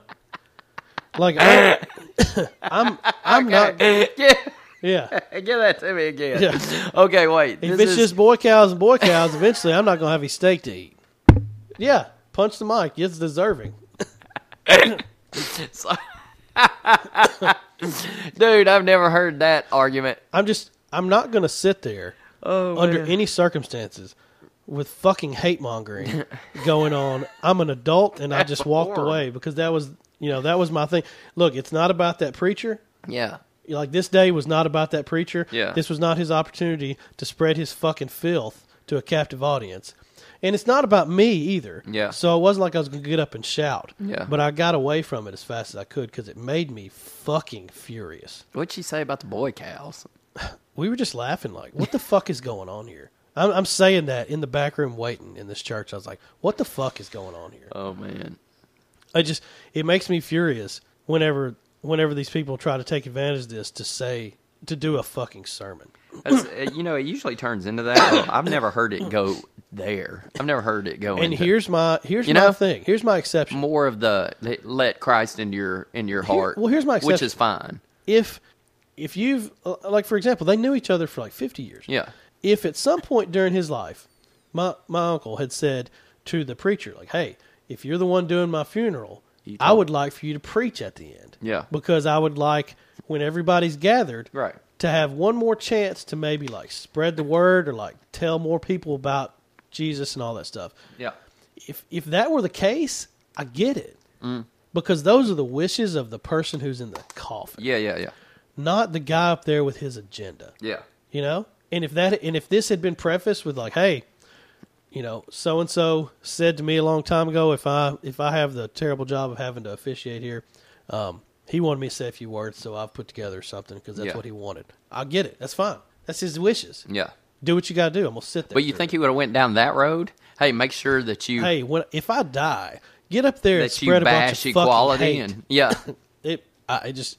B: Like I, I'm, I'm not.
A: yeah.
B: Yeah,
A: Give that to me again.
B: Yeah.
A: Okay, wait.
B: If
A: This
B: it's
A: is-
B: just boy cows and boy cows, eventually I'm not gonna have any steak to eat. Yeah, punch the mic. It's deserving.
A: dude, I've never heard that argument.
B: I'm just I'm not gonna sit there
A: Oh,
B: under any circumstances with fucking hate mongering going on. I'm an adult and I just walked
A: horrible.
B: away because that was you know that was my thing. Look, it's not about that preacher.
A: Yeah.
B: Like this day was not about that preacher.
A: Yeah.
B: This was not his opportunity to spread his fucking filth to a captive audience. And it's not about me either.
A: Yeah.
B: So it wasn't like I was going to get up and shout.
A: Yeah.
B: But I got away from it as fast as I could because it made me fucking furious.
A: What'd she say about the boy cows?
B: We were just laughing like, what the fuck is going on here? I'm, I'm saying that in the back room waiting in this church. I was like, what the fuck is going on here?
A: Oh man.
B: I just it makes me furious whenever whenever these people try to take advantage of this to say to do a fucking sermon.
A: That's, uh, you know, it usually turns into that. I've never heard it go there. I've never heard it go.
B: And
A: into
B: here's my here's
A: You
B: my
A: know?
B: thing. Here's my exception.
A: more of the the- let Christ into your in your heart.
B: well, here's my
A: which
B: exception.
A: is fine.
B: If if you've uh, like for example, they knew each other for like 50 years.
A: Yeah.
B: If at some point during his life, my my uncle had said to the preacher like, "Hey, if you're the one doing my funeral,
A: You
B: I
A: talk.
B: would like for you to preach at the end.
A: Yeah.
B: Because I would like when everybody's gathered
A: Right.
B: to have one more chance to maybe like spread the word or like tell more people about Jesus and all that stuff.
A: Yeah.
B: If if that were the case, I get it.
A: Mm.
B: Because those are the wishes of the person who's in the coffin,
A: Yeah. Yeah. Yeah.
B: not the guy up there with his agenda
A: Yeah.
B: you know and if that and if this had been prefaced with like hey you know so and so said to me a long time ago if i if i have the terrible job of having to officiate here um, he wanted me to say a few words so i've put together something because that's
A: Yeah.
B: what he wanted i get it that's fine that's his wishes
A: Yeah.
B: do what you gotta do i'm gonna sit there
A: But you
B: for
A: think
B: it.
A: he would have went down that road? Hey, make sure that you
B: hey when if i die get up there and
A: that you
B: spread
A: bash
B: a bunch of equality
A: equality
B: hate.
A: and yeah.
B: it i it just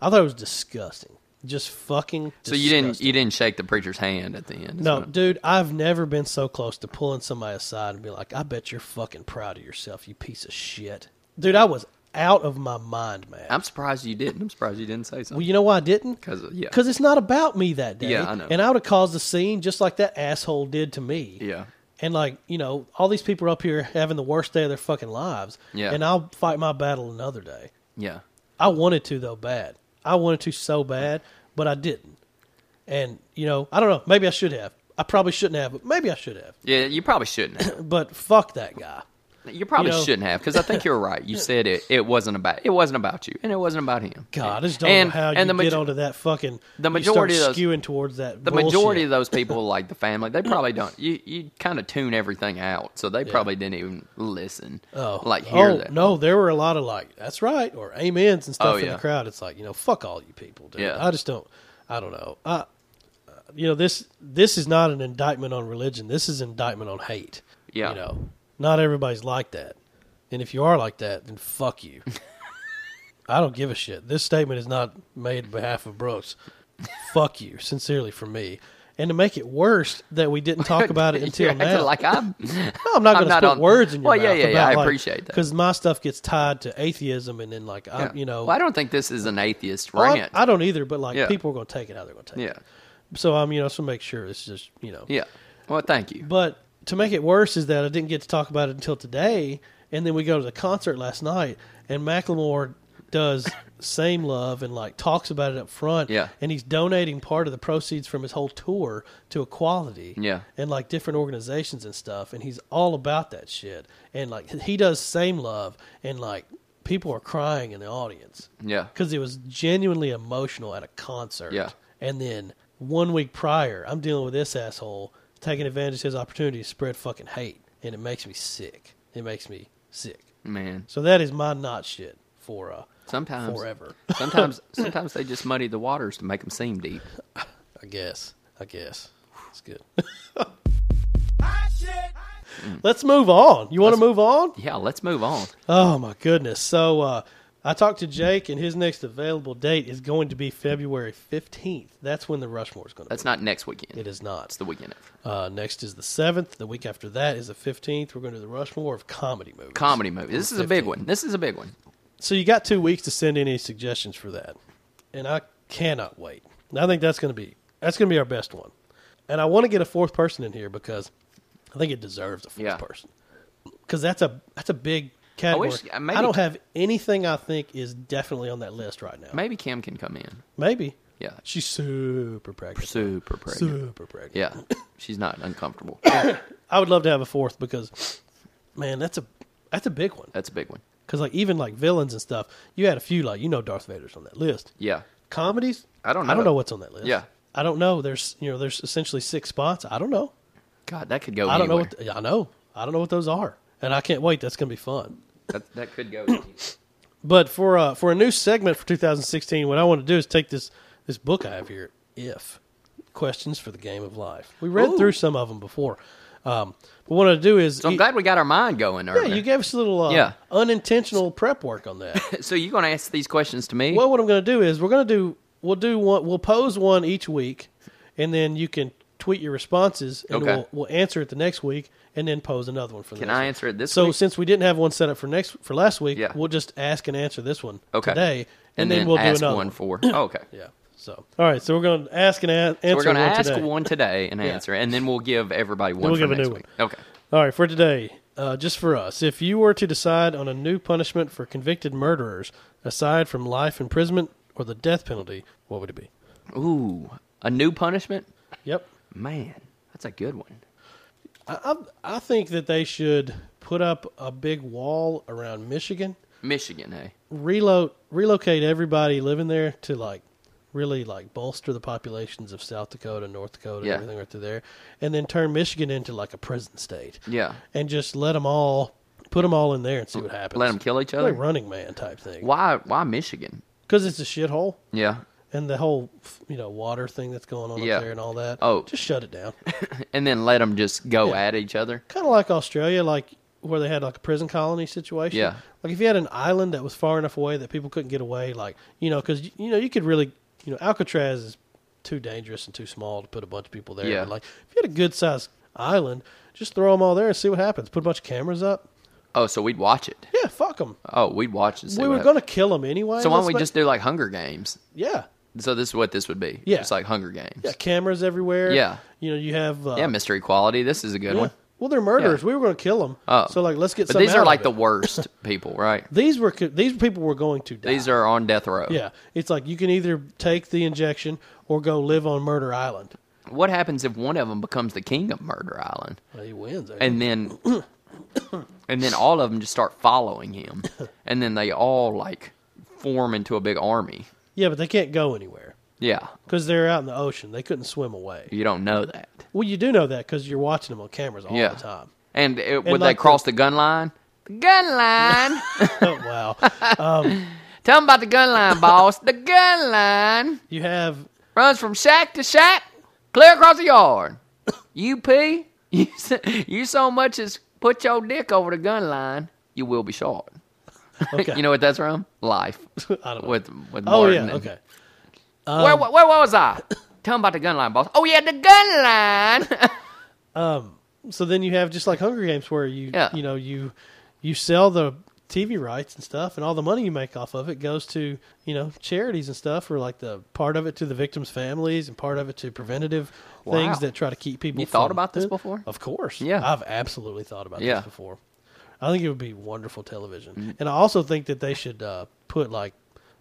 B: i thought it was disgusting just fucking
A: so you didn't
B: disgusting.
A: you didn't shake the preacher's hand at the end. is
B: No,
A: what I'm-
B: dude, I've never been so close to pulling somebody aside and be like, I bet you're fucking proud of yourself, you piece of shit. Dude, I was out of my mind, man.
A: I'm surprised you didn't. I'm surprised you didn't say
B: well,
A: something.
B: you know why I didn't?
A: 'Cause, uh, yeah.
B: it's not about me that day.
A: Yeah, I know.
B: And I would have caused a scene just like that asshole did to me.
A: yeah.
B: And like, you know, all these people are up here having the worst day of their fucking lives.
A: Yeah.
B: And I'll fight my battle another day.
A: Yeah.
B: I wanted to though bad. I wanted to so bad, but I didn't. And, you know, I don't know. Maybe I should have. I probably shouldn't have, but maybe I should have.
A: Yeah, you probably shouldn't have.
B: but fuck that guy.
A: You probably
B: You know-
A: shouldn't have because I think you're right. You said it. It wasn't about. It wasn't about you, and it wasn't about him.
B: God, I just don't
A: and,
B: know how you
A: and the
B: get
A: majo-
B: onto that fucking.
A: the
B: you
A: majority of
B: start
A: those-
B: skewing towards that.
A: the majority of those people, like the family, they probably don't. You you kind of tune everything out, so they probably didn't even listen.
B: oh,
A: like hear
B: oh,
A: that.
B: No, there were a lot of like that's right or amens and stuff
A: Oh,
B: in
A: yeah.
B: the crowd. It's like you know, fuck all you people, dude.
A: Yeah.
B: I just don't. I don't know. I, you know this this is not an indictment on religion. This is an indictment on hate.
A: Yeah.
B: you know, not everybody's like that, and if you are like that, then fuck you. I don't give a shit. This statement is not made on behalf of Brooks. fuck you, sincerely from me. And to make it worse, that we didn't talk about it
A: You're
B: until
A: acting
B: now.
A: Like I'm.
B: No, I'm not going to
A: not
B: put
A: on-
B: words in your
A: Well,
B: mouth.
A: yeah, yeah, yeah,
B: about,
A: I
B: like-
A: appreciate that.
B: Because my stuff gets tied to atheism, and then like I,
A: yeah.
B: you know,
A: Well, I don't think this is an atheist
B: well, I-
A: rant.
B: I, don't either. But like
A: Yeah.
B: people are going to take it how they're going to take
A: yeah,
B: it. So I'm, you know, so make sure it's just you know.
A: yeah. Well, thank you.
B: But to make it worse is that I didn't get to talk about it until today, and then we go to the concert last night, and Macklemore does same love and like talks about it up front
A: Yeah.
B: and he's donating part of the proceeds from his whole tour to equality
A: Yeah.
B: and like different organizations and stuff and he's all about that shit and like he does same love and like people are crying in the audience
A: Yeah.
B: because it was genuinely emotional at a concert.
A: Yeah.
B: And then one week prior, I'm dealing with this asshole taking advantage of his opportunity to spread fucking hate, and it makes me sick. It makes me sick.
A: Man,
B: So that is my not shit for uh
A: sometimes
B: forever.
A: sometimes sometimes they just muddy the waters to make them seem deep.
B: I guess. I guess. It's good.
C: Hot shit.
B: Let's move on. You want to
A: Let's-
B: move on?
A: Yeah, let's move on.
B: Oh my goodness. So uh I talked to Jake, and his next available date is going to be February 15th. That's when the Rushmore is going to
A: That's
B: be.
A: not next weekend.
B: It is not.
A: It's the weekend after.
B: Uh, next is the seventh. The week after that is the fifteenth. We're going to do the Rushmore of comedy movies.
A: Comedy movie. This is a big
B: 15.
A: one. This is a big one.
B: So you got two weeks to send any suggestions for that, and I cannot wait. And I think that's going to be that's going to be our best one, and I want to get a fourth person in here because I think it deserves a fourth
A: Yeah.
B: person because that's a that's a big category. I,
A: wish- uh, maybe-
B: don't have anything I think is definitely on that list right now.
A: Maybe Kim can come in.
B: Maybe
A: Yeah.
B: she's super pregnant.
A: Super pregnant.
B: Super pregnant.
A: Yeah. She's not uncomfortable.
B: I would love to have a fourth because, man, that's a that's a big one.
A: That's a big one.
B: Because like even like villains and stuff, you had a few like you know Darth Vader's on that list.
A: Yeah.
B: Comedies,
A: I don't
B: I don't
A: know.
B: know what's on that list.
A: Yeah.
B: I don't know. There's you know there's essentially six spots. I don't know.
A: God, that could go
B: I don't know.
A: anywhere.
B: What th- I know. I don't know what those are, and I can't wait. That's gonna be fun.
A: that, that could go anywhere.
B: But for uh, for a new segment for 2016, what I want to do is take this this book I have here, if questions for the game of life. We read
A: Ooh.
B: through some of them before. Um, but what I do is e
A: So I'm glad we got our mind going earlier.
B: Yeah, you gave us a little uh,
A: Yeah.
B: unintentional prep work on that.
A: so you're going to ask these questions to me?
B: well, what I'm going to do is we're going to do we'll do one we'll pose one each week, and then you can tweet your responses, and
A: Okay.
B: we'll we'll answer it the next week, and then pose another one for. The
A: Can
B: next
A: I
B: week.
A: answer it this
B: So
A: week?
B: since we didn't have one set up for next for last week,
A: Yeah.
B: we'll just ask and answer this one
A: Okay.
B: today,
A: and,
B: and,
A: then,
B: we'll
A: ask
B: do another
A: one for. Oh, okay.
B: Yeah. So all right, so we're going to ask and a- answer.
A: We're going to
B: one
A: ask
B: today.
A: one today and
B: Yeah.
A: answer, it, and then we'll give everybody one
B: we'll
A: for
B: give a
A: next
B: new
A: week.
B: one.
A: Okay.
B: All right, for today, uh, just for us, if you were to decide on a new punishment for convicted murderers, aside from life imprisonment or the death penalty, what would it be?
A: Ooh, a new punishment?
B: Yep.
A: Man, that's a good one.
B: I, I, I think that they should put up a big wall around Michigan,
A: Michigan, hey.
B: relo- relocate everybody living there to like really like bolster the populations of South Dakota, North Dakota, and
A: Yeah.
B: everything right through there, and then turn Michigan into like a prison state.
A: Yeah.
B: and just let them all put them all in there and see what happens.
A: Let 'em kill each other?
B: like Running Man type thing.
A: Why why Michigan?
B: Because it's a shithole,
A: Yeah.
B: and the whole f- you know water thing that's going on
A: Yeah.
B: up there and all that.
A: Oh.
B: just shut it down.
A: And then let them just go
B: Yeah.
A: at each other.
B: kind of like Australia, like where they had like a prison colony situation.
A: Yeah.
B: Like if you had an island that was far enough away that people couldn't get away, like you know, because you know you could really, you know, Alcatraz is too dangerous and too small to put a bunch of people there.
A: Yeah.
B: But, like if you had a good sized island, just throw them all there and see what happens. Put a bunch of cameras up.
A: Oh, so we'd watch it.
B: Yeah, fuck them.
A: Oh, we'd watch and see.
B: we
A: what
B: were
A: happened.
B: gonna kill them anyway.
A: So why don't
B: Let's
A: we
B: make-
A: just do like Hunger Games?
B: yeah.
A: So this is what this would be.
B: Yeah.
A: It's like Hunger Games.
B: Yeah, cameras everywhere.
A: Yeah.
B: you know you have. Uh,
A: Yeah, Mr. Equality. This is a good
B: yeah.
A: one.
B: Well, they're murderers. We were going to kill them.
A: Oh.
B: so like let's get.
A: But
B: something
A: these
B: out
A: are
B: of
A: like
B: it.
A: the worst people, right?
B: These were co- these people were going to die.
A: These are on death row.
B: Yeah, it's like you can either take the injection or go live on Murder Island.
A: What happens if one of them becomes the king of Murder Island,
B: Well, he wins. I
A: and then and then all of them just start following him, and then they all like form into a big army?
B: guess. yeah, but they can't go anywhere
A: Yeah,
B: because they're out in the ocean. They couldn't swim away.
A: you don't know that.
B: Well, you do know that because you're watching them on cameras all
A: yeah,
B: the time.
A: and it, would
B: like
A: they
B: the-
A: cross the, gun line? The gun line.
B: oh, wow.
A: Tell them about the gun line, boss. The gun line
B: You have
A: runs from shack to shack, clear across the yard. UP, you so, you so much as put your dick over the gun line, you will be shot.
B: okay.
A: You know what that's from? Life.
B: I don't know.
A: With with
B: oh
A: Martin
B: yeah,
A: and-
B: okay. Um,
A: where, where, where was I? Tell him about the gun line, boss. Oh yeah, the gun line.
B: So then you have just like Hunger Games where you
A: Yeah.
B: you know you you sell the TV rights and stuff, and all the money you make off of it goes to you know charities and stuff, or like the part of it to the victims' families and part of it to preventative
A: Wow.
B: things that try to keep people.
A: You thought
B: from-
A: about this before?
B: Of course,
A: Yeah.
B: I've absolutely thought about
A: Yeah. Mm.
B: this before. I think it would be wonderful television, and I also think that they should uh, put like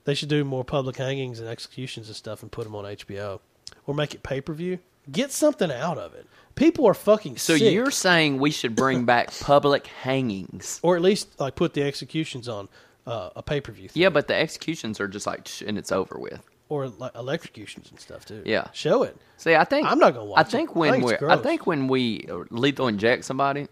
B: they should do more public hangings and executions and stuff, and put them on HBO or make it pay per view. Get something out of it. People are fucking
A: so
B: sick.
A: you're saying we should bring back public hangings?
B: or at least like put the executions on uh, a pay per view.
A: Yeah, but the executions are just like, "Shh," and it's over with.
B: or like electrocutions and stuff too.
A: Yeah.
B: show it.
A: See, I think
B: I'm not gonna watch
A: I
B: it.
A: think
B: I
A: when
B: think it's
A: we I
B: gross.
A: think when we lethal inject somebody,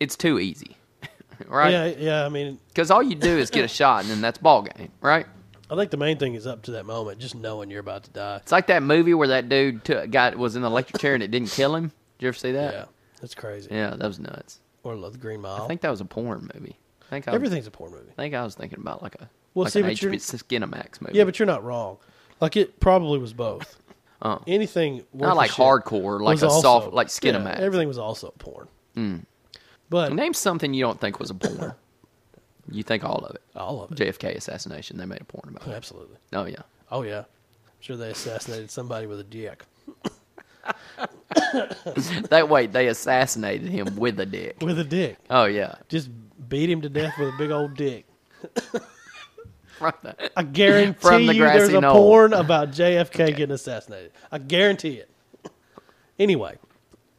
A: it's too easy,
B: Yeah,
A: right?
B: yeah. I mean,
A: Because all you do is get a shot, and then that's ball game, right?
B: I think the main thing is up to that moment, just knowing you're about to die.
A: It's like that movie where that dude took, got was in the electric chair and it didn't kill him. Did you ever see that?
B: Yeah, that's crazy.
A: Yeah, that was nuts.
B: Or like the Green Mile.
A: I think um, that was a porn movie. I think I
B: Everything's a poor movie.
A: I think I was thinking about like a
B: Well,
A: like
B: see,
A: an
B: but you're-
A: HB Skinamax movie.
B: Yeah, but you're not wrong. Like it probably was both.
A: Oh.
B: Anything worth
A: Not
B: a
A: like
B: shit
A: hardcore, like
B: was
A: a
B: also-
A: soft, like Mm.
B: yeah,
A: Skinamax.
B: everything was also porn. But
A: Name something you don't think was a porn. you think all of it.
B: all of it,
A: JFK assassination. They made a porn about it.
B: absolutely.
A: Oh yeah.
B: Oh yeah, I'm sure they assassinated somebody with a dick.
A: That way they assassinated him with a dick.
B: With a dick.
A: Oh yeah.
B: Just beat him to death with a big old dick.
A: Right there.
B: I guarantee
A: From the
B: you there's
A: grassy
B: a
A: knoll.
B: porn about JFK getting assassinated. I guarantee it. Anyway,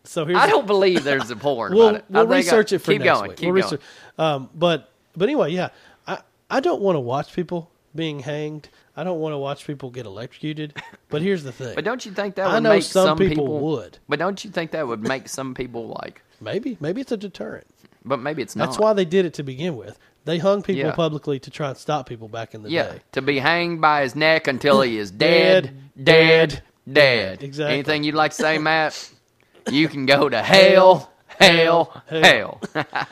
B: so here's
A: I don't believe there's a porn
B: we'll,
A: about it. I
B: we'll
A: think I-
B: research it for
A: keep
B: next
A: going.
B: week.
A: Keep
B: we'll
A: going.
B: research- um, but but anyway, yeah, I I don't want to watch people being hanged. I don't want to watch people get electrocuted. But here's the thing.
A: But don't you think that
B: I
A: would
B: know
A: make
B: some
A: some
B: people would.
A: But don't you think that would make some people like?
B: maybe maybe it's a deterrent.
A: But maybe it's not.
B: That's why they did it to begin with. They hung people
A: Yeah.
B: publicly to try and stop people back in the
A: Yeah,
B: day.
A: to be hanged by his neck until he is dead,
B: Dead,
A: dead, dead.
B: Exactly.
A: Anything you'd like to say, Matt? You can go to hell, hell,
B: hell.
A: hell.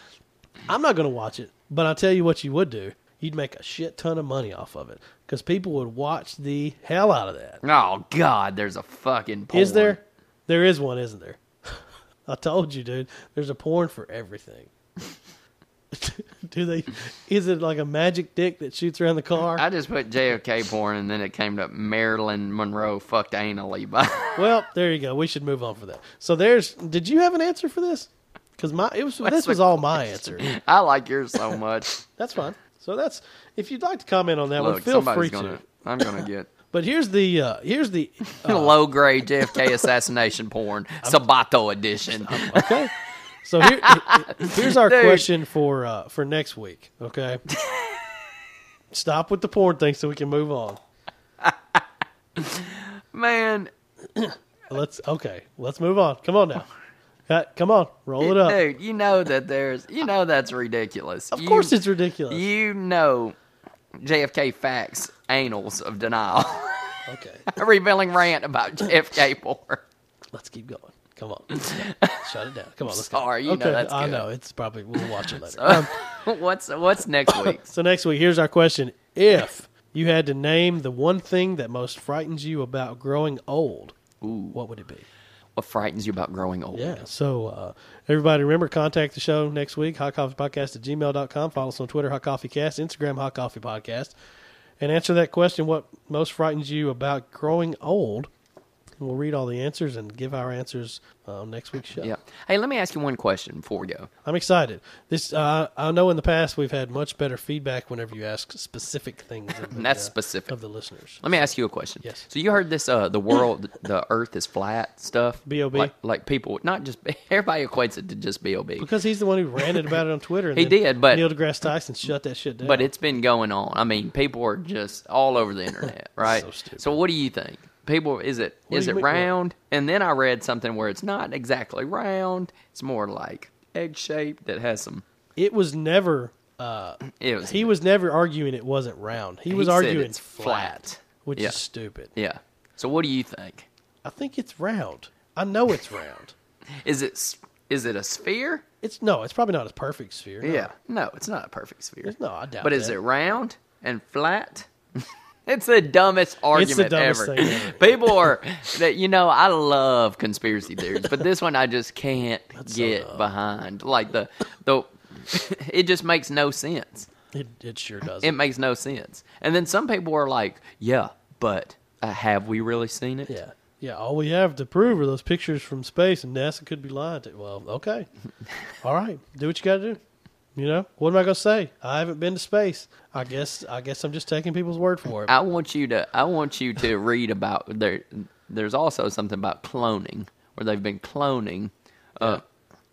B: I'm not going to watch it, but I'll tell you what you would do. You'd make a shit ton of money off of it because people would watch the hell out of that. Is
A: oh God, there's a fucking. Porn.
B: there? There is one, isn't there? I told you, dude. There's a porn for everything. do they? Is it like a magic dick that shoots around the car?
A: I just put JFK porn, and then it came to Marilyn Monroe fucked anally by.
B: well, there you go. We should move on for that. So there's. Did you have an answer for this? because my it was this was all my answer.
A: I like yours so much.
B: That's fine. So that's if you'd like to comment on that one,
A: Look,
B: feel
A: somebody's
B: free
A: gonna.
B: to.
A: I'm gonna get
B: But here's the uh, here's the
A: low grade JFK assassination porn, Sabato edition.
B: okay. So here, here's our
A: Dude.
B: question for uh, for next week. Okay. Stop with the porn thing so we can move on.
A: Man,
B: Let's okay. Let's move on. Come on now. Uh, Come on, roll it up.
A: dude, you know that there's, you know that's ridiculous.
B: Of course, it's ridiculous.
A: You know, JFK facts, annals of denial,
B: Okay,
A: a revealing rant about JFK porn.
B: let's keep going. Come on, shut it down. Come on, let's go.
A: Sorry, you know that's
B: I
A: good.
B: know it's probably we'll watch it later. Um,
A: what's what's next week?
B: so next week, here's our question: If you had to name the one thing that most frightens you about growing old, what would it be?
A: What frightens you about growing old?
B: Yeah. So uh, everybody remember, contact the show next week, hotcoffeepodcast at gmail.com. Follow us on Twitter, Hot Coffee Cast, Instagram, Hot Coffee Podcast. And answer that question, what most frightens you about growing old? And we'll read all the answers and give our answers uh, on next week's show.
A: Yeah. Hey, let me ask you one question before we go.
B: I'm excited. This uh, I know in the past we've had much better feedback whenever you ask specific things of the,
A: That's
B: uh,
A: specific.
B: of the listeners.
A: Let me ask you a question.
B: Yes.
A: So you heard this uh the world the earth is flat stuff.
B: B.O.B..
A: Like, like people not just everybody equates it to just B.O.B.
B: Because he's the one who ranted about it on Twitter. And
A: He
B: then
A: did, but-
B: Neil deGrasse Tyson shut that shit down.
A: But it's been going on. I mean, people are just all over the internet, right?
B: So stupid.
A: what do you think? People is it is
B: What do you
A: it
B: mean, what?
A: round? And then I read something where it's not exactly round. It's more like egg shaped that has some
B: it was never uh,
A: it was
B: He was never arguing it wasn't round. He was
A: said
B: arguing
A: it's flat.
B: which
A: Yeah.
B: is stupid.
A: Yeah. So what do you think?
B: I think it's round. I know it's round.
A: Is it s- is it a sphere?
B: It's no, it's probably not a perfect sphere. no.
A: No, it's not a perfect sphere.
B: It's- no, I doubt
A: But is
B: that.
A: it round and flat? it's the dumbest argument
B: dumbest
A: ever.
B: thing ever.
A: People are that you know, I love conspiracy theories, but this one I just can't
B: That's so
A: get
B: dumb.
A: behind. Like the the it just makes no sense.
B: It, it sure doesn't.
A: It makes no sense. And then some people are like, "Yeah, but uh, have we really seen it?"
B: yeah. Yeah, all we have to prove are those pictures from space and NASA could be lying to. Well, okay. all right. Do what you got to do. You know, what am I going to say? I haven't been to space. I guess I guess I'm just taking people's word for it.
A: I want you to I want you to read about there there's also something about cloning where they've been cloning uh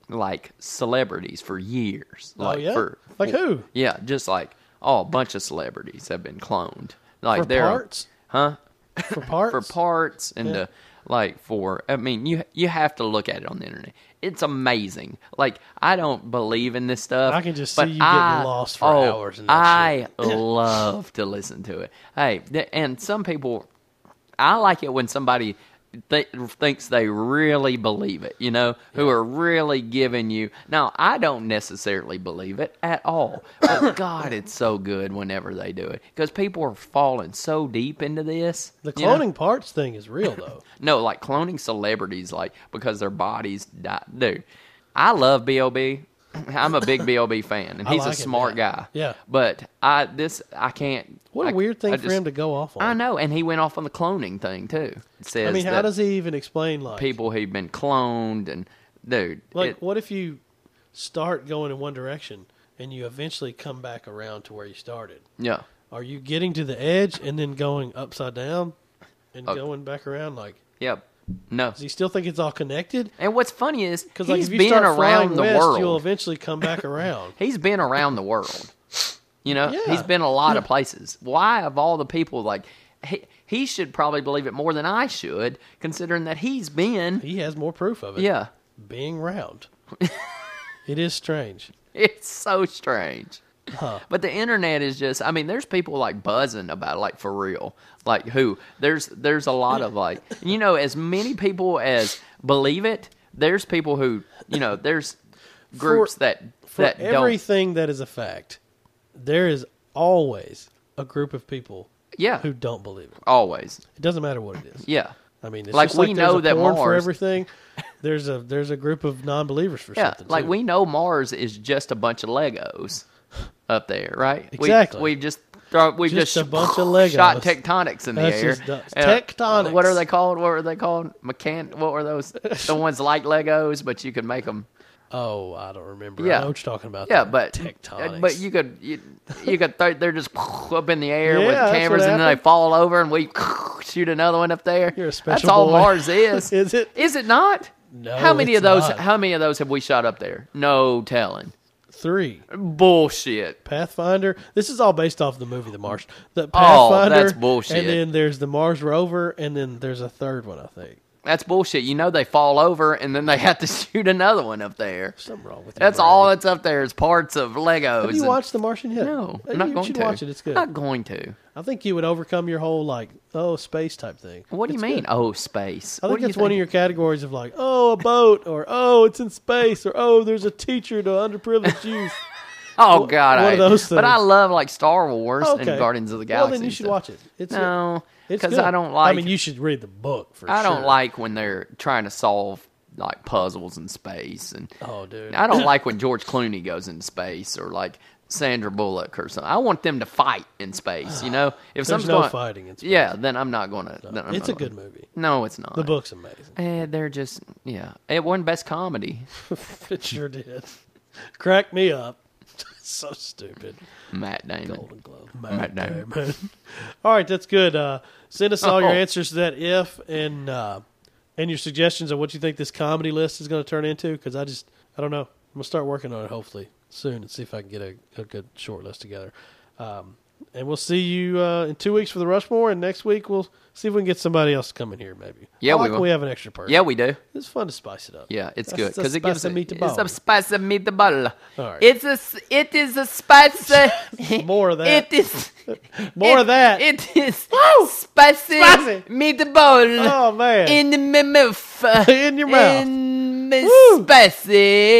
A: like celebrities for years. Like
B: Oh, yeah?
A: for
B: Like
A: for-
B: who?
A: Yeah, just like oh a bunch of celebrities have been cloned. Like
B: for
A: they're
B: parts? Huh? For parts?
A: for parts and
B: Yeah.
A: to like for I mean you you have to look at it on the internet. It's amazing. Like I don't believe in this stuff.
B: I can just
A: but
B: see you getting
A: I-
B: lost for
A: oh,
B: hours in that
A: I love to listen to it. Hey, th- and some people, I like it when somebody. Th- thinks they really believe it, you know, who are really giving you. Now, I don't necessarily believe it at all, but God, it's so good whenever they do it because people are falling so deep into this.
B: The
A: you know?
B: cloning parts thing is real, though.
A: No, like cloning celebrities, like because their bodies die. Dude, I love Bob. I'm a big Bob fan, and
B: I
A: he's
B: like
A: a
B: it,
A: smart
B: man.
A: guy.
B: Yeah.
A: but I this I can't.
B: What
A: a
B: a weird thing for him to go off on.
A: I know, and he went off on the cloning thing too. It says
B: I mean, how
A: that
B: does he even explain like
A: people who've been cloned and dude,
B: Like,
A: it-
B: what if you start going in one direction and you eventually come back around to where you started?
A: yeah.
B: Are you getting to the edge and then going upside down and
A: Oh.
B: going back around? Like,
A: Yeah. No.
B: does he still think it's all connected?
A: And what's funny is
B: Because
A: he's
B: like, if you
A: been
B: start flying
A: around the
B: west,
A: world.
B: you'll eventually come back around.
A: He's been around the world. You know,
B: Yeah.
A: he's been a lot of places. Why, of all the people, like he, he should probably believe it more than I should, considering that he's been.
B: he has more proof of it.
A: Yeah,
B: being round. it is strange.
A: it's so strange. But the internet is just—I mean, there's people like buzzing about it, like for real, like who there's there's a lot of like you know as many people as believe it. There's people who you know there's groups that
B: For
A: that don't
B: everything that is a fact, there is always a group of people
A: yeah
B: who don't believe it.
A: always
B: It doesn't matter what it is.
A: yeah
B: I mean, it's
A: Like,
B: like just like
A: we
B: there's
A: know
B: a
A: that
B: porn for
A: Mars-
B: everything. There's a there's a group of non-believers for
A: Yeah,
B: something.
A: like
B: too.
A: we know Mars is just a bunch of Legos up there, right?
B: Exactly.
A: We, we've just throw, we've
B: Just
A: just,
B: a bunch of Legos.
A: shot tectonics in the
B: That's
A: air.
B: just du-
A: And,
B: tectonics.
A: What are they called? What were they called? Mechan. What were those? the ones like Legos, but you could make them.
B: Oh, I don't remember.
A: Yeah.
B: I know what you're talking about.
A: Yeah,
B: the
A: but uh,
B: tectonics.
A: but you could you, you could th- they're just up in the air
B: Yeah,
A: with
B: that's what
A: cameras, and then they
B: happened.
A: fall over, and we shoot another one up there.
B: You're a special
A: That's all
B: boy.
A: Mars is.
B: Is it?
A: Is it not?
B: No,
A: How many
B: it's
A: of those?
B: not.
A: How many of those have we shot up there? No telling.
B: three
A: Bullshit.
B: Pathfinder. This is all based off the movie The Martian. The
A: Oh,
B: Pathfinder.
A: that's bullshit.
B: And then there's the Mars rover, and then there's a third one. I think
A: That's bullshit. You know they fall over, and then they have to shoot another one up there.
B: something wrong with
A: That's
B: your brain.
A: all that's up there is parts of Legos.
B: Have you
A: and-
B: watched The Martian yet?
A: No,
B: Uh,
A: I'm not
B: you
A: going
B: should
A: to
B: watch it. It's good.
A: Not going to.
B: I think you would overcome your whole like oh space type thing.
A: What do you
B: It's
A: mean?
B: good.
A: Oh, space.
B: I
A: What
B: think
A: do you
B: it's one of your categories of like oh a boat or oh it's in space or oh there's a teacher to underprivileged youth.
A: Oh God,
B: one
A: I,
B: of those
A: But I
B: things.
A: love like Star Wars
B: okay.
A: and Guardians of the
B: Well,
A: Galaxy.
B: then you
A: and
B: should
A: stuff.
B: watch it. It's good.
A: No,
B: It's
A: because
B: good.
A: I don't like.
B: I mean, you should read the book for
A: I don't
B: sure.
A: like when they're trying to solve like puzzles in space, and
B: Oh, dude.
A: I don't like when George Clooney goes into space or like Sandra Bullock or something. I want them to fight in space. You know, if
B: There's
A: something's
B: no
A: going-
B: fighting in space.
A: yeah, then I'm not gonna. then I'm
B: it's a
A: not
B: good
A: gonna-
B: movie.
A: No, it's not.
B: The book's amazing.
A: Eh, they're just yeah. It won best comedy.
B: It sure did. Crack me up. so stupid.
A: Matt Damon.
B: Golden Globe.
A: Matt Damon.
B: Man. All right, that's good. Uh, send us all your
A: Oh.
B: answers to that if and uh, and your suggestions of what you think this comedy list is going to turn into. Because I just I don't know. I'm gonna start working on it hopefully soon and see if I can get a, a good short list together. Um, and we'll see you uh, in two weeks for the Rushmore, and next week we'll see if we can get somebody else to come in here. Maybe.
A: Yeah,
B: I
A: we
B: like
A: will.
B: when we have an extra person.
A: Yeah, we do.
B: it's fun to spice it up.
A: Yeah, it's
B: That's
A: good
B: the
A: because it gives
B: spicy
A: it,
B: meatball.
A: it's a spicy meatball.
B: All right.
A: It's a s- it is a spicy.
B: More of
A: It
B: that.
A: is
B: More
A: it-
B: of that.
A: It is spicy,
B: Spicy.
A: meatball
B: oh man.
A: in the mouth.
B: In your mouth.
A: In the
B: Woo.
A: spicy.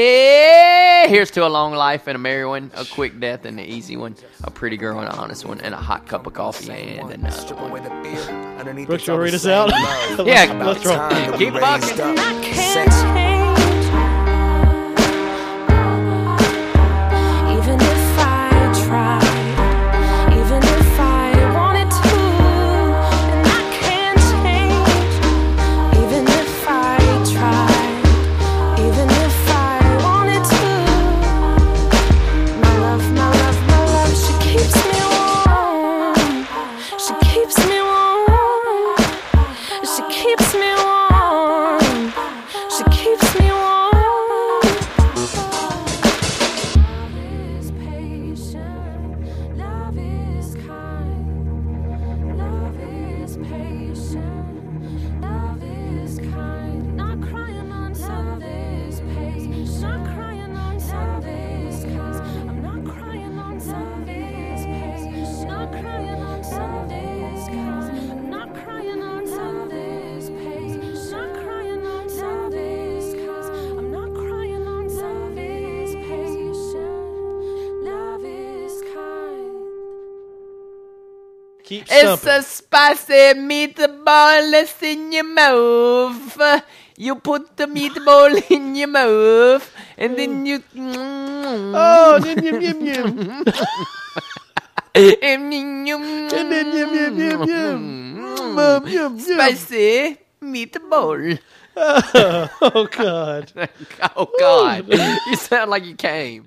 A: Here's to a long life and a merry one, a quick death and an easy one, a pretty girl and an honest one, and a hot cup of coffee and another
C: Strip
A: one.
C: away the beard. Underneath
B: Brooks,
C: it's
B: you wanna
C: all
B: read
C: the
B: us out?
C: same love.
A: Yeah,
C: About
B: let's roll.
C: time that
A: Keep
C: we raised
A: rocking.
C: up.
D: And I can't
C: Sex.
D: change. Even if I tried, even if I wanted to. And I can't change. Even if I tried, even if I wanted to. My love, my love, my love, she keeps me warm. She keeps me warm. She keeps me warm. She keeps me warm. Love is patient. Love is kind. Love is patient. Love is kind. Not crying on love is patient. Not crying on love is kind. I'm not crying on love is patient. Not crying on love is kind. I'm not crying on love is patient. Not crying on love is kind. I'm not crying on love is patient. Love is kind.
B: Keep
A: It's
B: stumping.
A: a spicy meatball that's in your mouth. You put the meatball in your mouth, and then you.
B: Mm. Oh, yum, yum, yum, yum. And then yum,
A: Spicy
B: yum, yum, yum. Mum, yum, yum.
A: meatball.
B: Oh, God.
A: Oh, God. You sound like you came.